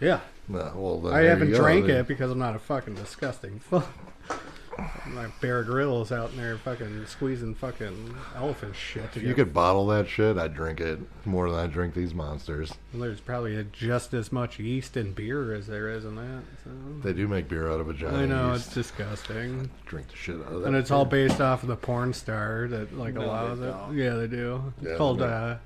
Speaker 3: Yeah,
Speaker 2: No. Well, then
Speaker 3: I
Speaker 2: there you
Speaker 3: haven't
Speaker 2: go.
Speaker 3: drank
Speaker 2: There-
Speaker 3: it because I'm not a fucking disgusting (laughs) fuck. My Bear Grylls out in there fucking squeezing fucking elephant shit.
Speaker 2: If you could bottle that shit, I'd drink it more than I drink these monsters.
Speaker 3: There's probably just as much yeast in beer as there is in that. So.
Speaker 2: They do make beer out of vagina.
Speaker 3: I know
Speaker 2: yeast.
Speaker 3: it's disgusting.
Speaker 2: drink the shit out of that.
Speaker 3: And it's all based off of the porn star that like
Speaker 5: No, they
Speaker 3: allows it.
Speaker 5: don't.
Speaker 3: Yeah, they do. It's
Speaker 2: Yeah,
Speaker 3: called.
Speaker 2: they do.
Speaker 3: Uh,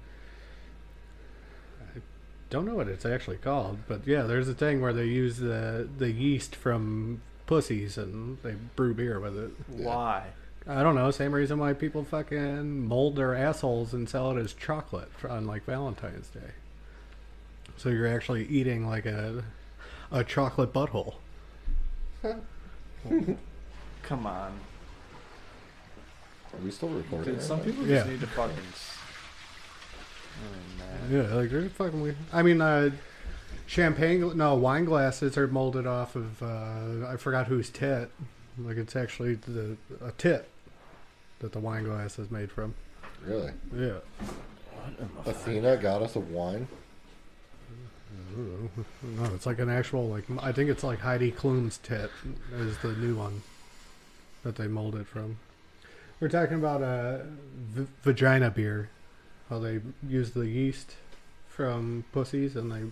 Speaker 3: I don't know what it's actually called, but yeah, there's a thing where they use the the yeast from pussies and they brew beer with it.
Speaker 5: Why?
Speaker 3: I don't know. Same reason why people fucking mold their assholes and sell it as chocolate on like Valentine's Day. So you're actually eating like a a chocolate butthole.
Speaker 5: Come on.
Speaker 2: Are we still recording?
Speaker 5: Dude, some people
Speaker 3: Yeah.
Speaker 5: just need to fucking. s- Oh, man.
Speaker 3: Yeah, like they're fucking weird. I mean, uh, champagne, gl- no, wine glasses are molded off of, uh, I forgot whose tit. Like it's actually the a tit that the wine glass is made from.
Speaker 2: Really?
Speaker 3: Yeah. (laughs)
Speaker 2: Athena, goddess of wine.
Speaker 3: Ooh. No, it's like an actual, like, I think it's like Heidi Klum's tit is the new one that they mold it from. We're talking about uh, v- vagina beer, how they use the yeast from pussies and they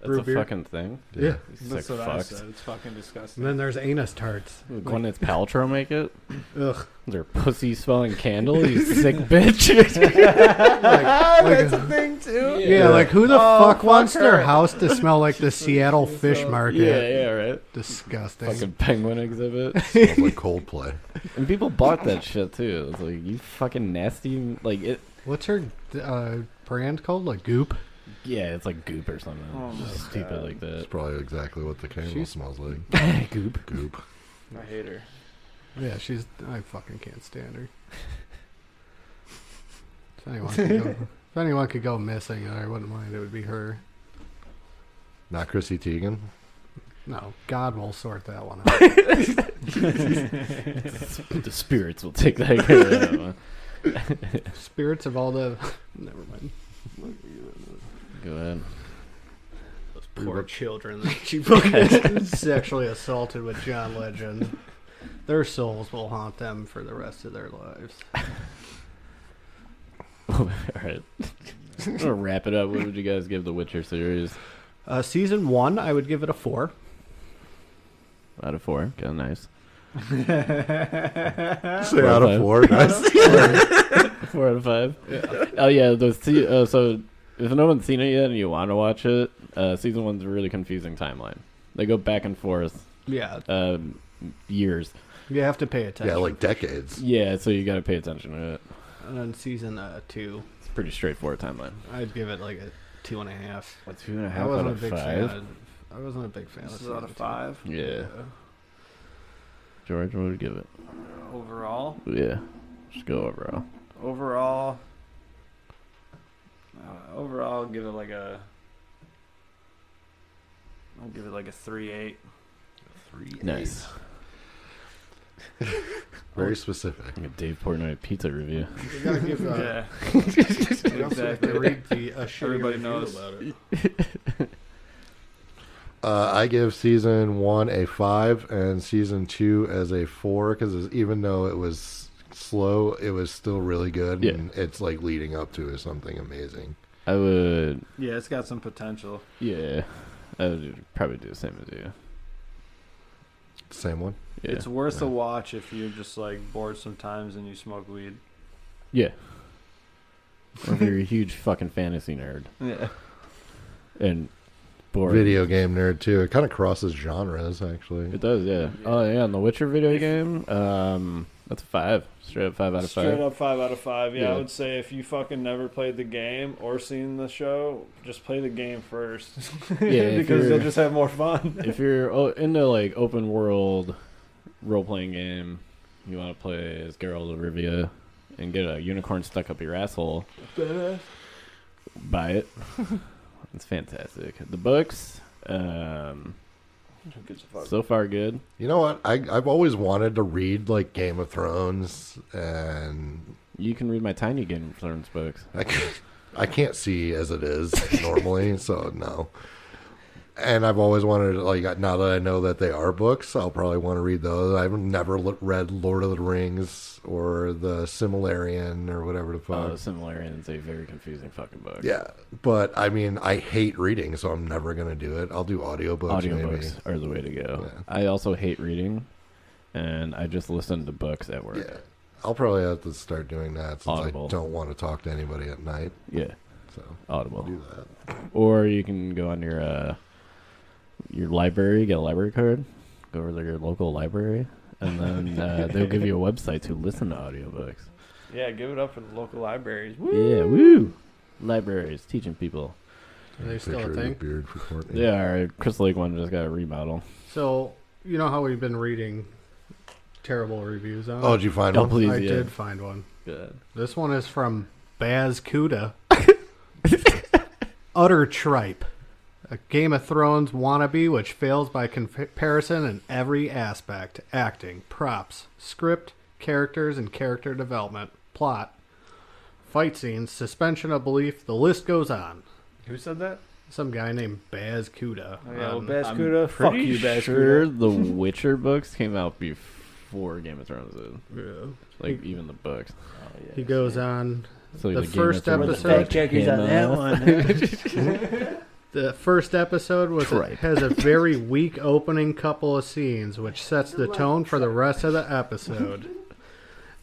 Speaker 4: That's
Speaker 3: Root
Speaker 4: a
Speaker 3: beer.
Speaker 4: fucking thing.
Speaker 3: Yeah.
Speaker 4: You sick
Speaker 5: That's what I
Speaker 4: fucks.
Speaker 5: said. It's fucking disgusting.
Speaker 3: And then there's anus tarts.
Speaker 4: Would Gwyneth Paltrow make it?
Speaker 3: Ugh.
Speaker 4: Is there a pussy smelling candle? (laughs) You sick bitch.
Speaker 5: Ah,
Speaker 3: like
Speaker 5: that's
Speaker 3: a-
Speaker 5: a thing too.
Speaker 3: Yeah, like who the
Speaker 5: Oh,
Speaker 3: fuck,
Speaker 5: fuck
Speaker 3: wants their
Speaker 5: her.
Speaker 3: house to smell like (laughs) the Seattle fish market?
Speaker 4: yeah, yeah, right.
Speaker 3: Disgusting.
Speaker 4: Fucking penguin exhibit.
Speaker 2: Sounds like Coldplay.
Speaker 4: And people bought that shit too. It's like you fucking nasty. Like it.
Speaker 3: What's her uh, brand called? Like Goop.
Speaker 4: Yeah, it's like goop or something.
Speaker 5: Oh
Speaker 4: It's
Speaker 5: my
Speaker 4: just stupid
Speaker 5: God.
Speaker 4: like
Speaker 2: That's
Speaker 4: that.
Speaker 2: probably exactly what the candle
Speaker 3: She's-
Speaker 2: smells like.
Speaker 4: (laughs) goop.
Speaker 2: Goop.
Speaker 5: I hate her.
Speaker 3: Yeah, she's. I fucking can't stand her. If anyone, could (laughs) go, if anyone could go missing, I wouldn't mind. It would be her.
Speaker 2: Not Chrissy Teigen.
Speaker 3: No, God will sort that
Speaker 4: (laughs)
Speaker 3: one out.
Speaker 4: the spirits will take that. care of that (laughs) one.
Speaker 3: Spirits of all the. (laughs) Never mind.
Speaker 4: Go ahead. (laughs)
Speaker 3: Those
Speaker 2: Poor-
Speaker 3: poor children that (laughs) she fucking sexually assaulted with John Legend. Their souls will haunt them for the rest of their lives.
Speaker 4: All right. I'm gonna wrap it up. What would you guys give the Witcher series?
Speaker 3: Uh, season one, I would give it a
Speaker 5: (laughs)
Speaker 3: four.
Speaker 4: Out of four. Kind of nice.
Speaker 2: Say out of four. Nice.
Speaker 4: Four out of five. Oh yeah, those two, uh, so if no one's seen it yet and you want to watch it, uh, season one's a really confusing timeline. They go back and forth
Speaker 3: Yeah,
Speaker 4: um, years.
Speaker 3: you have to pay attention.
Speaker 2: yeah, like
Speaker 3: (laughs)
Speaker 2: decades.
Speaker 4: Yeah, so you got to pay attention to it.
Speaker 3: and then season uh, two,
Speaker 4: It's a pretty straightforward timeline.
Speaker 3: I'd give it like a two and a half.
Speaker 4: What's two and a
Speaker 3: I wasn't a big fan. Of, I wasn't a big fan.
Speaker 5: This
Speaker 3: of
Speaker 5: is out of
Speaker 3: season
Speaker 5: five
Speaker 3: two.
Speaker 4: Yeah, George, what would you give it?
Speaker 5: overall.
Speaker 4: Yeah, just go overall.
Speaker 5: Overall, uh, overall, I'll give it like a. I'll give it like a three eight.
Speaker 4: Nice.
Speaker 2: Very specific.
Speaker 4: Like a Dave Portnoy pizza review.
Speaker 3: You gotta give. Uh,
Speaker 5: (laughs) yeah,
Speaker 3: you also have
Speaker 5: exactly.
Speaker 3: to read the uh, shitty
Speaker 5: Everybody
Speaker 3: review
Speaker 5: knows.
Speaker 3: about it.
Speaker 2: Uh, I give season one a five and season two as a four because even though it was slow, it was still really good.
Speaker 4: Yeah.
Speaker 2: And it's like leading up to something amazing.
Speaker 4: I would.
Speaker 5: yeah, it's got some potential.
Speaker 4: Yeah, I would probably do the same as you.
Speaker 2: Same one.
Speaker 4: Yeah,
Speaker 5: It's worth
Speaker 2: Yeah.
Speaker 5: a watch if you're just like bored sometimes and you smoke weed.
Speaker 4: yeah. Or if you're a huge fucking fantasy nerd
Speaker 5: Yeah,
Speaker 4: and bored.
Speaker 2: Video game nerd too. It kind of crosses genres actually.
Speaker 4: It does, yeah.
Speaker 5: Yeah.
Speaker 4: Oh yeah, on the Witcher video game, um, that's a five, straight up five out of
Speaker 5: straight
Speaker 4: five.
Speaker 5: up five out of five. Yeah,
Speaker 4: Yeah.
Speaker 5: I would say if you fucking never played the game or seen the show, just play the game first.
Speaker 4: (laughs)
Speaker 5: (laughs)
Speaker 4: if
Speaker 5: because you'll
Speaker 4: you're-
Speaker 5: just have more fun.
Speaker 4: if you're o- into like open world role playing game, you want to play as Geralt of Rivia and get a unicorn stuck up your asshole. Buy it. (laughs) it's fantastic. The books, um,
Speaker 5: Who gives a fuck?
Speaker 4: so far good.
Speaker 2: You know what? I I've always wanted to read like Game of Thrones, and
Speaker 4: You can read my Tiny Game of Thrones books.
Speaker 2: I c- I can't see as it is normally, so no. And I've always wanted to, like now that I know that they are books, I'll probably want to read those. I've never l- read Lord of the Rings or the Similarian or whatever the fuck.
Speaker 4: Uh, Similarian is a very confusing fucking book.
Speaker 2: yeah, but I mean, I hate reading, so I'm never gonna do it. I'll do audiobooks. maybe.
Speaker 4: Audiobooks are the way to go.
Speaker 2: Yeah.
Speaker 4: I also hate reading, and I just listen to books at work.
Speaker 2: Yeah, I'll probably have to start doing that since
Speaker 4: Audible.
Speaker 2: I don't want to talk to anybody at night.
Speaker 4: Yeah,
Speaker 2: So I'll
Speaker 4: Audible.
Speaker 2: do that.
Speaker 4: Or you can go on your uh, your library, get a library card, go over to your local library, and
Speaker 2: (laughs)
Speaker 4: then uh, they'll give you a website to listen to audiobooks.
Speaker 5: Yeah, give it up for the local libraries. Woo!
Speaker 4: Yeah, woo! Libraries teaching people.
Speaker 3: Are they still
Speaker 2: Picture
Speaker 3: a
Speaker 2: of the
Speaker 3: thing?
Speaker 2: beard for Courtney.
Speaker 4: Yeah, all right, Crystal Lake one just got a remodel.
Speaker 3: So you know how we've been reading terrible reviews on.
Speaker 2: Oh,
Speaker 3: it?
Speaker 2: did you find
Speaker 4: Oh,
Speaker 2: one?
Speaker 4: please,
Speaker 3: I
Speaker 4: yeah.
Speaker 3: did find one.
Speaker 4: Good.
Speaker 3: This one is from Baz Cuda. Utter tripe. A Game of Thrones wannabe which fails by comparison in every aspect acting, props, script, characters and character development, plot, fight scenes, suspension of belief, the list goes on.
Speaker 5: Who said that?
Speaker 3: Some guy named Baz Cuda.
Speaker 5: Oh, yeah, well,
Speaker 3: on-
Speaker 5: Baz Cuda, fuck
Speaker 4: Pretty
Speaker 5: you, Baz
Speaker 4: sure
Speaker 5: Cuda.
Speaker 4: the Witcher books came out before Game of Thrones did.
Speaker 3: Yeah.
Speaker 4: Like even the books.
Speaker 3: Um, He goes on
Speaker 4: So
Speaker 3: The
Speaker 4: like, Game of
Speaker 3: first
Speaker 4: Thrones
Speaker 3: episode-
Speaker 4: came out.
Speaker 5: one.
Speaker 3: The first episode was
Speaker 4: Tripe.
Speaker 3: has
Speaker 4: (laughs)
Speaker 3: a very weak opening couple of scenes, which sets the tone for the rest of the episode.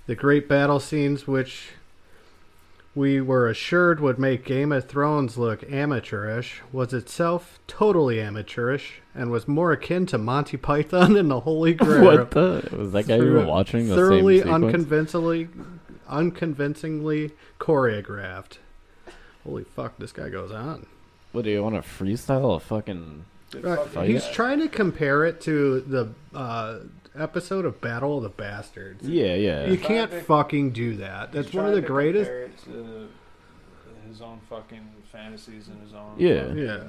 Speaker 3: the great battle scenes, which we were assured would make Game of Thrones look amateurish, was itself totally amateurish and was more akin to Monty Python and the Holy
Speaker 4: (laughs)
Speaker 3: Grail.
Speaker 4: What the? Was that guy you
Speaker 3: through
Speaker 4: were
Speaker 3: a
Speaker 4: watching the same
Speaker 3: thoroughly
Speaker 4: sequence?
Speaker 3: unconvincingly, unconvincingly choreographed. Holy fuck! This guy goes on.
Speaker 4: what do you want to freestyle a fucking?
Speaker 3: (laughs) Right.
Speaker 4: Fuck
Speaker 3: He's
Speaker 4: yeah.
Speaker 3: trying to compare it to the uh, episode of Battle of the Bastards.
Speaker 4: Yeah, yeah.
Speaker 3: You can't fucking do that. That's one of the greatest.
Speaker 5: His own fucking fantasies and his own.
Speaker 4: Yeah. compare-
Speaker 3: Yeah.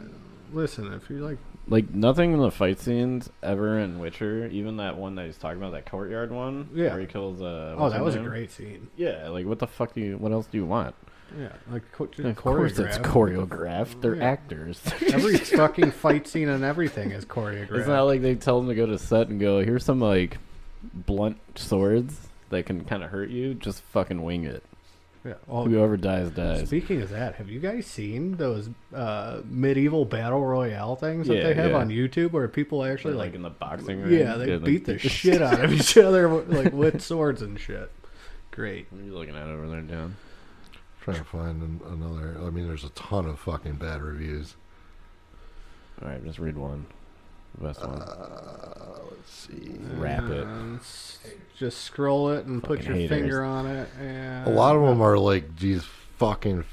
Speaker 3: Listen, if you like,
Speaker 4: Like nothing in the fight scenes ever in Witcher, even that one that he's talking about, that courtyard one,
Speaker 3: Yeah.
Speaker 4: where he kills. Uh,
Speaker 3: oh,
Speaker 4: what's
Speaker 3: that
Speaker 4: her
Speaker 3: was a
Speaker 4: name?
Speaker 3: great scene.
Speaker 4: Yeah, like what the fuck do you? What else do you want?
Speaker 3: Yeah, like co-
Speaker 4: Of course, it's choreographed. They're
Speaker 3: Yeah.
Speaker 4: actors. (laughs)
Speaker 3: Every fucking fight scene and everything is choreographed.
Speaker 4: It's not like they tell them to go to set and go, here's some like blunt swords that can kind of hurt you. Just fucking wing it.
Speaker 3: yeah. Oh,
Speaker 4: Whoever dies, dies.
Speaker 3: Speaking of that, have you guys seen those uh, medieval battle royale things that
Speaker 4: Yeah,
Speaker 3: they have
Speaker 4: yeah.
Speaker 3: on YouTube where people actually
Speaker 4: Like,
Speaker 3: like,
Speaker 4: in the boxing ring.
Speaker 3: yeah, they beat the (laughs) shit out
Speaker 4: (laughs)
Speaker 3: of each other like with swords and shit. Great.
Speaker 4: What are you looking at over there, Dan?
Speaker 2: Trying to find an, another. I mean, there's a ton of fucking bad reviews.
Speaker 4: All right, just read one. The best one.
Speaker 2: Uh, let's see.
Speaker 4: Wrap it.
Speaker 3: And s- just scroll it and put
Speaker 4: Fucking
Speaker 3: your
Speaker 4: haters.
Speaker 3: finger on it. And
Speaker 2: A lot of them are like, geez, fucking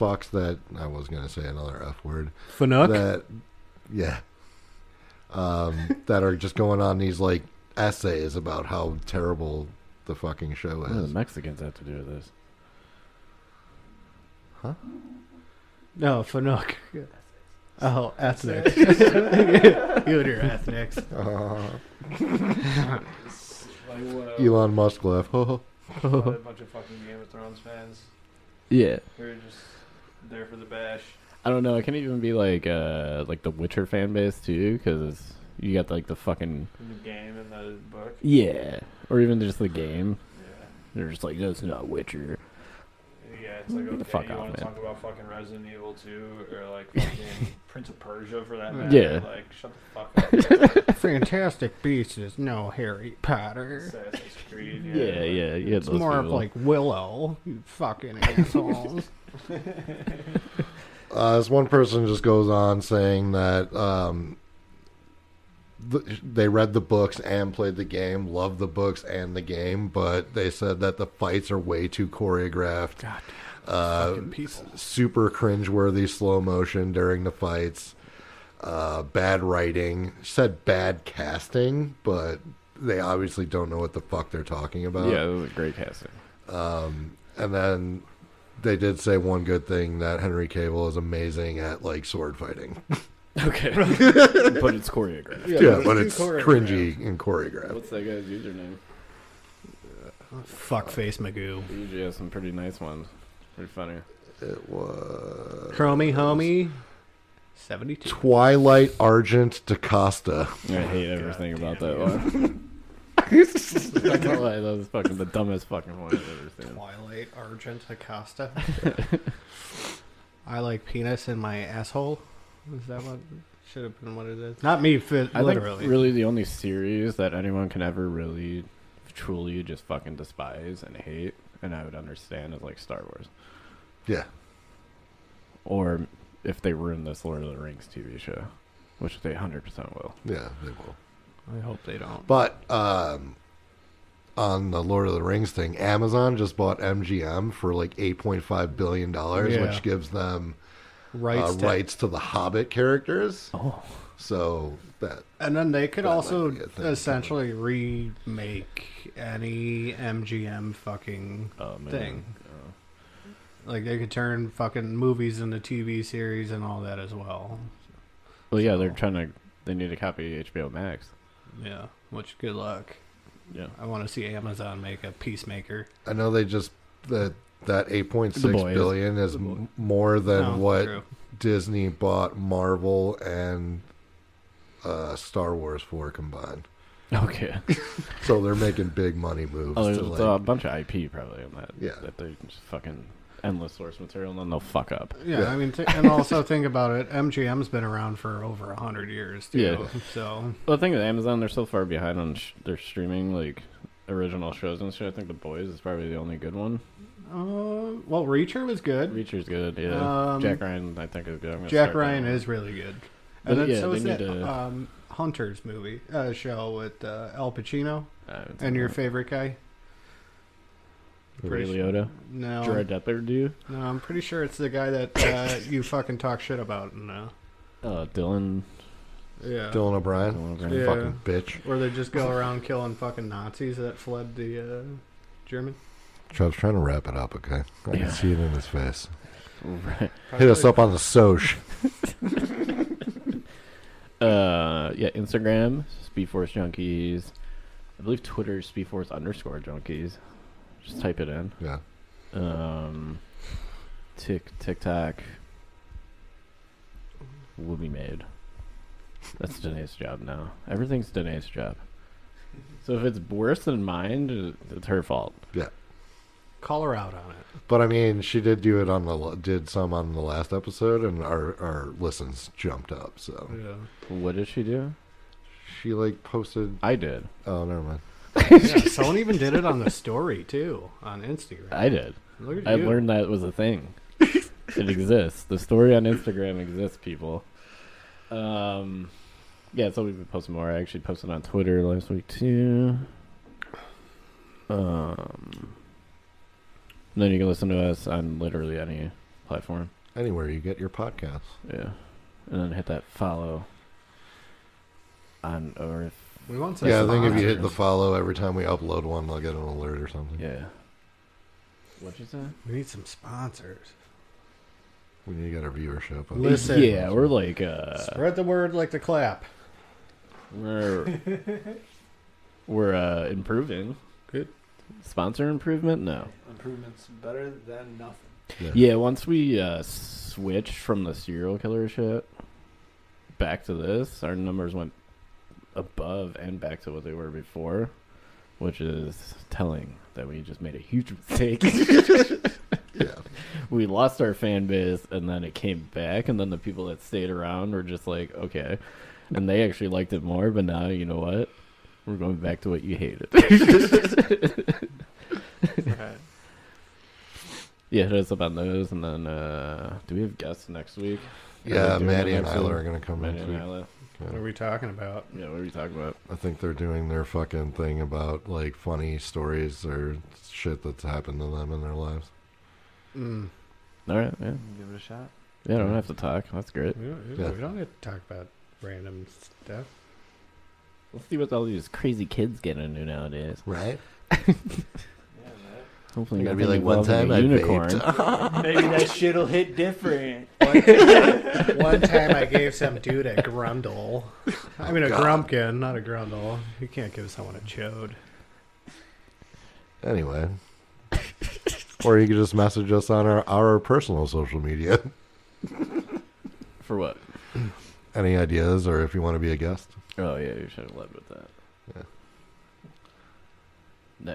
Speaker 2: fucks that. I was gonna say another f word.
Speaker 3: Fanook.
Speaker 2: That, yeah. Um, that are just going on these like essays about how terrible the fucking show
Speaker 4: What do the
Speaker 2: is.
Speaker 4: Mexicans have to do with this?
Speaker 3: No, (laughs) Fanook. Oh, (laughs) ethnic. you and your ethnics.
Speaker 2: Uh,
Speaker 5: Like what? You
Speaker 2: Elon Musk left. (laughs) Oh,
Speaker 5: a bunch of fucking Game of Thrones fans
Speaker 4: Yeah.
Speaker 5: who are just there for the bash.
Speaker 4: I don't know. It can even be like uh like the Witcher fan base too, because you got like the fucking
Speaker 5: In the game and the book.
Speaker 4: yeah, or even just the game.
Speaker 5: Yeah.
Speaker 4: They're just like that's not Witcher.
Speaker 5: Yeah, it's like,
Speaker 4: Get
Speaker 5: okay,
Speaker 4: the fuck
Speaker 5: you
Speaker 4: off,
Speaker 5: want to
Speaker 4: man.
Speaker 5: talk about fucking Resident Evil 2 or
Speaker 4: (laughs)
Speaker 5: like fucking Prince of Persia for that matter?
Speaker 4: Yeah.
Speaker 5: Like, shut the fuck up.
Speaker 3: Fantastic Beasts is no Harry Potter.
Speaker 5: Assassin's
Speaker 4: (laughs)
Speaker 5: Creed.
Speaker 4: Yeah, yeah. yeah you had
Speaker 3: It's
Speaker 4: those
Speaker 3: more of
Speaker 4: people.
Speaker 3: like Willow, you (laughs) fucking assholes.
Speaker 2: Uh, this one person just goes on saying that um, th- they read the books and played the game, loved the books and the game, but they said that the fights are way too choreographed.
Speaker 3: God
Speaker 2: uh,
Speaker 3: fucking people.
Speaker 2: super cringeworthy slow motion during the fights. Uh, bad writing. She said bad casting, but they obviously don't know what the fuck they're talking about.
Speaker 4: yeah, it was a great casting.
Speaker 2: And then they did say one good thing that Henry Cable is amazing at like sword fighting.
Speaker 4: Okay. (laughs) but it's choreographed.
Speaker 2: Yeah, but it's cringy and choreographed.
Speaker 4: What's that guy's username?
Speaker 3: Fuckface Magoo.
Speaker 4: He usually has some pretty nice ones. Pretty funny.
Speaker 2: It was
Speaker 3: Chromie Homie. 72.
Speaker 2: Twilight Argent DaCosta.
Speaker 4: I hate everything about that one. (laughs) I can't lie, that was fucking the dumbest fucking one I've ever seen.
Speaker 3: Twilight Argent (laughs) Acosta. I like penis in my asshole. Is that what should have been what it is? Not me, fit,
Speaker 4: I
Speaker 3: literally.
Speaker 4: think really the only series that anyone can ever really, truly just fucking despise and hate, and I would understand is like Star Wars,
Speaker 2: Yeah.
Speaker 4: or if they ruin this Lord of the Rings TV show, which they hundred percent will.
Speaker 2: Yeah, they will.
Speaker 3: I hope they don't.
Speaker 2: But um, on the Lord of the Rings thing, Amazon just bought MGM for like eight point five billion dollars,
Speaker 3: Yeah.
Speaker 2: which gives them
Speaker 3: Rights.
Speaker 2: rights, uh,
Speaker 3: to-
Speaker 2: rights to the Hobbit characters.
Speaker 4: Oh,
Speaker 2: So that
Speaker 3: And then they could
Speaker 2: That might
Speaker 3: also
Speaker 2: be a thing.
Speaker 3: essentially remake any MGM fucking
Speaker 4: oh man.
Speaker 3: Thing.
Speaker 4: Oh.
Speaker 3: Like they could turn fucking movies into TV series and all that as well.
Speaker 4: Well, yeah, they're
Speaker 3: So-
Speaker 4: trying to. They need to copy HBO Max.
Speaker 3: Yeah, which good luck.
Speaker 4: Yeah.
Speaker 3: I want to see Amazon make a peacemaker.
Speaker 2: I know they just that that eight point
Speaker 4: The
Speaker 2: six
Speaker 4: boys.
Speaker 2: billion is
Speaker 4: The boy-
Speaker 2: m- more than
Speaker 3: No,
Speaker 2: what
Speaker 3: true.
Speaker 2: Disney bought Marvel and uh, Star Wars for combined.
Speaker 4: (laughs) Okay.
Speaker 2: So they're making big money moves.
Speaker 4: Oh,
Speaker 2: to,
Speaker 4: there's
Speaker 2: like-
Speaker 4: a bunch of IP probably on that.
Speaker 2: Yeah.
Speaker 4: That they just fucking endless source material, and then they'll fuck up.
Speaker 3: Yeah,
Speaker 2: Yeah.
Speaker 3: I mean, t- and also think about it. MGM's been around for over a hundred years, too.
Speaker 4: Yeah.
Speaker 3: So
Speaker 4: Well, the thing with Amazon, they're so far behind on sh- their streaming, like original shows and shit. I think The Boys is probably the only good one.
Speaker 3: Uh, well, Reacher was good.
Speaker 4: Reacher's good, yeah.
Speaker 3: Uh, Um,
Speaker 4: Jack Ryan, I think is good. I'm gonna
Speaker 3: Jack
Speaker 4: start that
Speaker 3: Ryan
Speaker 4: one.
Speaker 3: is really good.
Speaker 4: But
Speaker 3: And then
Speaker 4: yeah,
Speaker 3: so
Speaker 4: they
Speaker 3: is
Speaker 4: need
Speaker 3: that
Speaker 4: to-
Speaker 3: um, Hunters movie uh, show with uh, Al Pacino
Speaker 4: Uh, it's
Speaker 3: and your
Speaker 4: not-
Speaker 3: favorite guy.
Speaker 4: Ray
Speaker 3: pretty
Speaker 4: Liotta,
Speaker 3: No,
Speaker 4: Gerard Deppard, dude.
Speaker 3: no, I'm pretty sure it's the guy that uh, you fucking talk shit about. No,
Speaker 4: Uh, Dylan.
Speaker 3: yeah,
Speaker 2: Dylan O'Brien,
Speaker 4: Dylan O'Brien.
Speaker 3: Yeah.
Speaker 2: fucking bitch.
Speaker 3: where they just go around killing fucking Nazis that fled the uh, German.
Speaker 2: Chubb's trying to wrap it up, okay? I
Speaker 4: Yeah.
Speaker 2: can see it in his face.
Speaker 4: Right.
Speaker 2: Hit us up on the Soch.
Speaker 4: Uh, yeah, Instagram, Speedforce Junkies. I believe Twitter, is Speedforce underscore Junkies. Just type it in.
Speaker 2: (laughs) Yeah.
Speaker 4: Um, tick TikTok will be made. That's Danae's job now. Everything's Danae's job. So if it's worse than mine, it's her fault.
Speaker 3: Call her out on it.
Speaker 2: But I mean, she did do it on the did some on the last episode, and our our listens jumped up. So
Speaker 3: Yeah,
Speaker 4: What did she do?
Speaker 2: she like posted.
Speaker 4: I did.
Speaker 2: Oh, never mind.
Speaker 4: (laughs)
Speaker 3: yeah someone even did it on the story too on Instagram.
Speaker 4: I did.
Speaker 3: Look at
Speaker 4: I
Speaker 3: you.
Speaker 4: learned that was a thing. it exists. The story on Instagram exists, people. Um, yeah, so we've been posting more. I actually posted on Twitter last week too. Um, and then you can listen to us on literally any platform.
Speaker 2: Anywhere you get your podcasts.
Speaker 4: Yeah, and then hit that follow on Earth.
Speaker 3: We want some
Speaker 2: yeah, I think if you
Speaker 3: sponsors.
Speaker 2: hit the follow every time we upload one, they'll get an alert or something.
Speaker 4: Yeah. What you say?
Speaker 3: we need some sponsors.
Speaker 2: We need to get our viewership. up.
Speaker 3: Listen.
Speaker 4: Yeah, we're like uh,
Speaker 3: Spread the word like the clap.
Speaker 4: We're we're uh, improving.
Speaker 3: Good.
Speaker 4: Sponsor improvement? No.
Speaker 5: Improvements better than nothing.
Speaker 2: Yeah.
Speaker 4: Yeah, once we uh, switched from the serial killer shit back to this, our numbers went above and back to what they were before, which is telling that we just made a huge (laughs) mistake.
Speaker 2: Yeah.
Speaker 4: we lost our fan base, and then it came back, and then the people that stayed around were just like, okay, and they actually liked it more. But now, you know what? We're going back to what you hated. (laughs)
Speaker 5: Right.
Speaker 4: Yeah, hit us up on those, and then uh, do we have guests next week? Are
Speaker 2: Yeah,
Speaker 4: they doing
Speaker 2: Maddie
Speaker 4: an
Speaker 2: and
Speaker 4: episode?
Speaker 2: Isla are gonna come
Speaker 4: Maddie
Speaker 2: next
Speaker 4: and
Speaker 2: week.
Speaker 4: Isla.
Speaker 2: Yeah.
Speaker 3: What are we talking about?
Speaker 4: Yeah, what are we talking about?
Speaker 2: I think they're doing their fucking thing about like funny stories or shit that's happened to them in their lives.
Speaker 3: Mm.
Speaker 4: All right, yeah,
Speaker 5: Give it a shot.
Speaker 4: yeah, I don't have to talk. That's great.
Speaker 3: We, don't,
Speaker 2: Yeah.
Speaker 3: we don't get to talk about random stuff.
Speaker 4: Let's see what all these crazy kids get into nowadays.
Speaker 2: Right?
Speaker 5: Yeah,
Speaker 4: Hopefully,
Speaker 2: You're gonna be
Speaker 4: nothing
Speaker 2: like, "One time
Speaker 4: involving a
Speaker 2: I (laughs)
Speaker 4: unicorn.
Speaker 5: Maybe that shit'll hit different.
Speaker 3: One time I gave some dude a (laughs) grundle. I mean, a
Speaker 2: Oh, God.
Speaker 3: grumpkin, not a grundle. You can't give someone a chode.
Speaker 2: Anyway. (laughs) or you could just message us on our, our personal social media. (laughs)
Speaker 4: For what?
Speaker 2: Any ideas or if you want to be a guest?
Speaker 4: Oh yeah, you should have led with that.
Speaker 2: Yeah.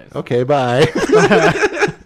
Speaker 4: Nice.
Speaker 2: (laughs) Okay, bye.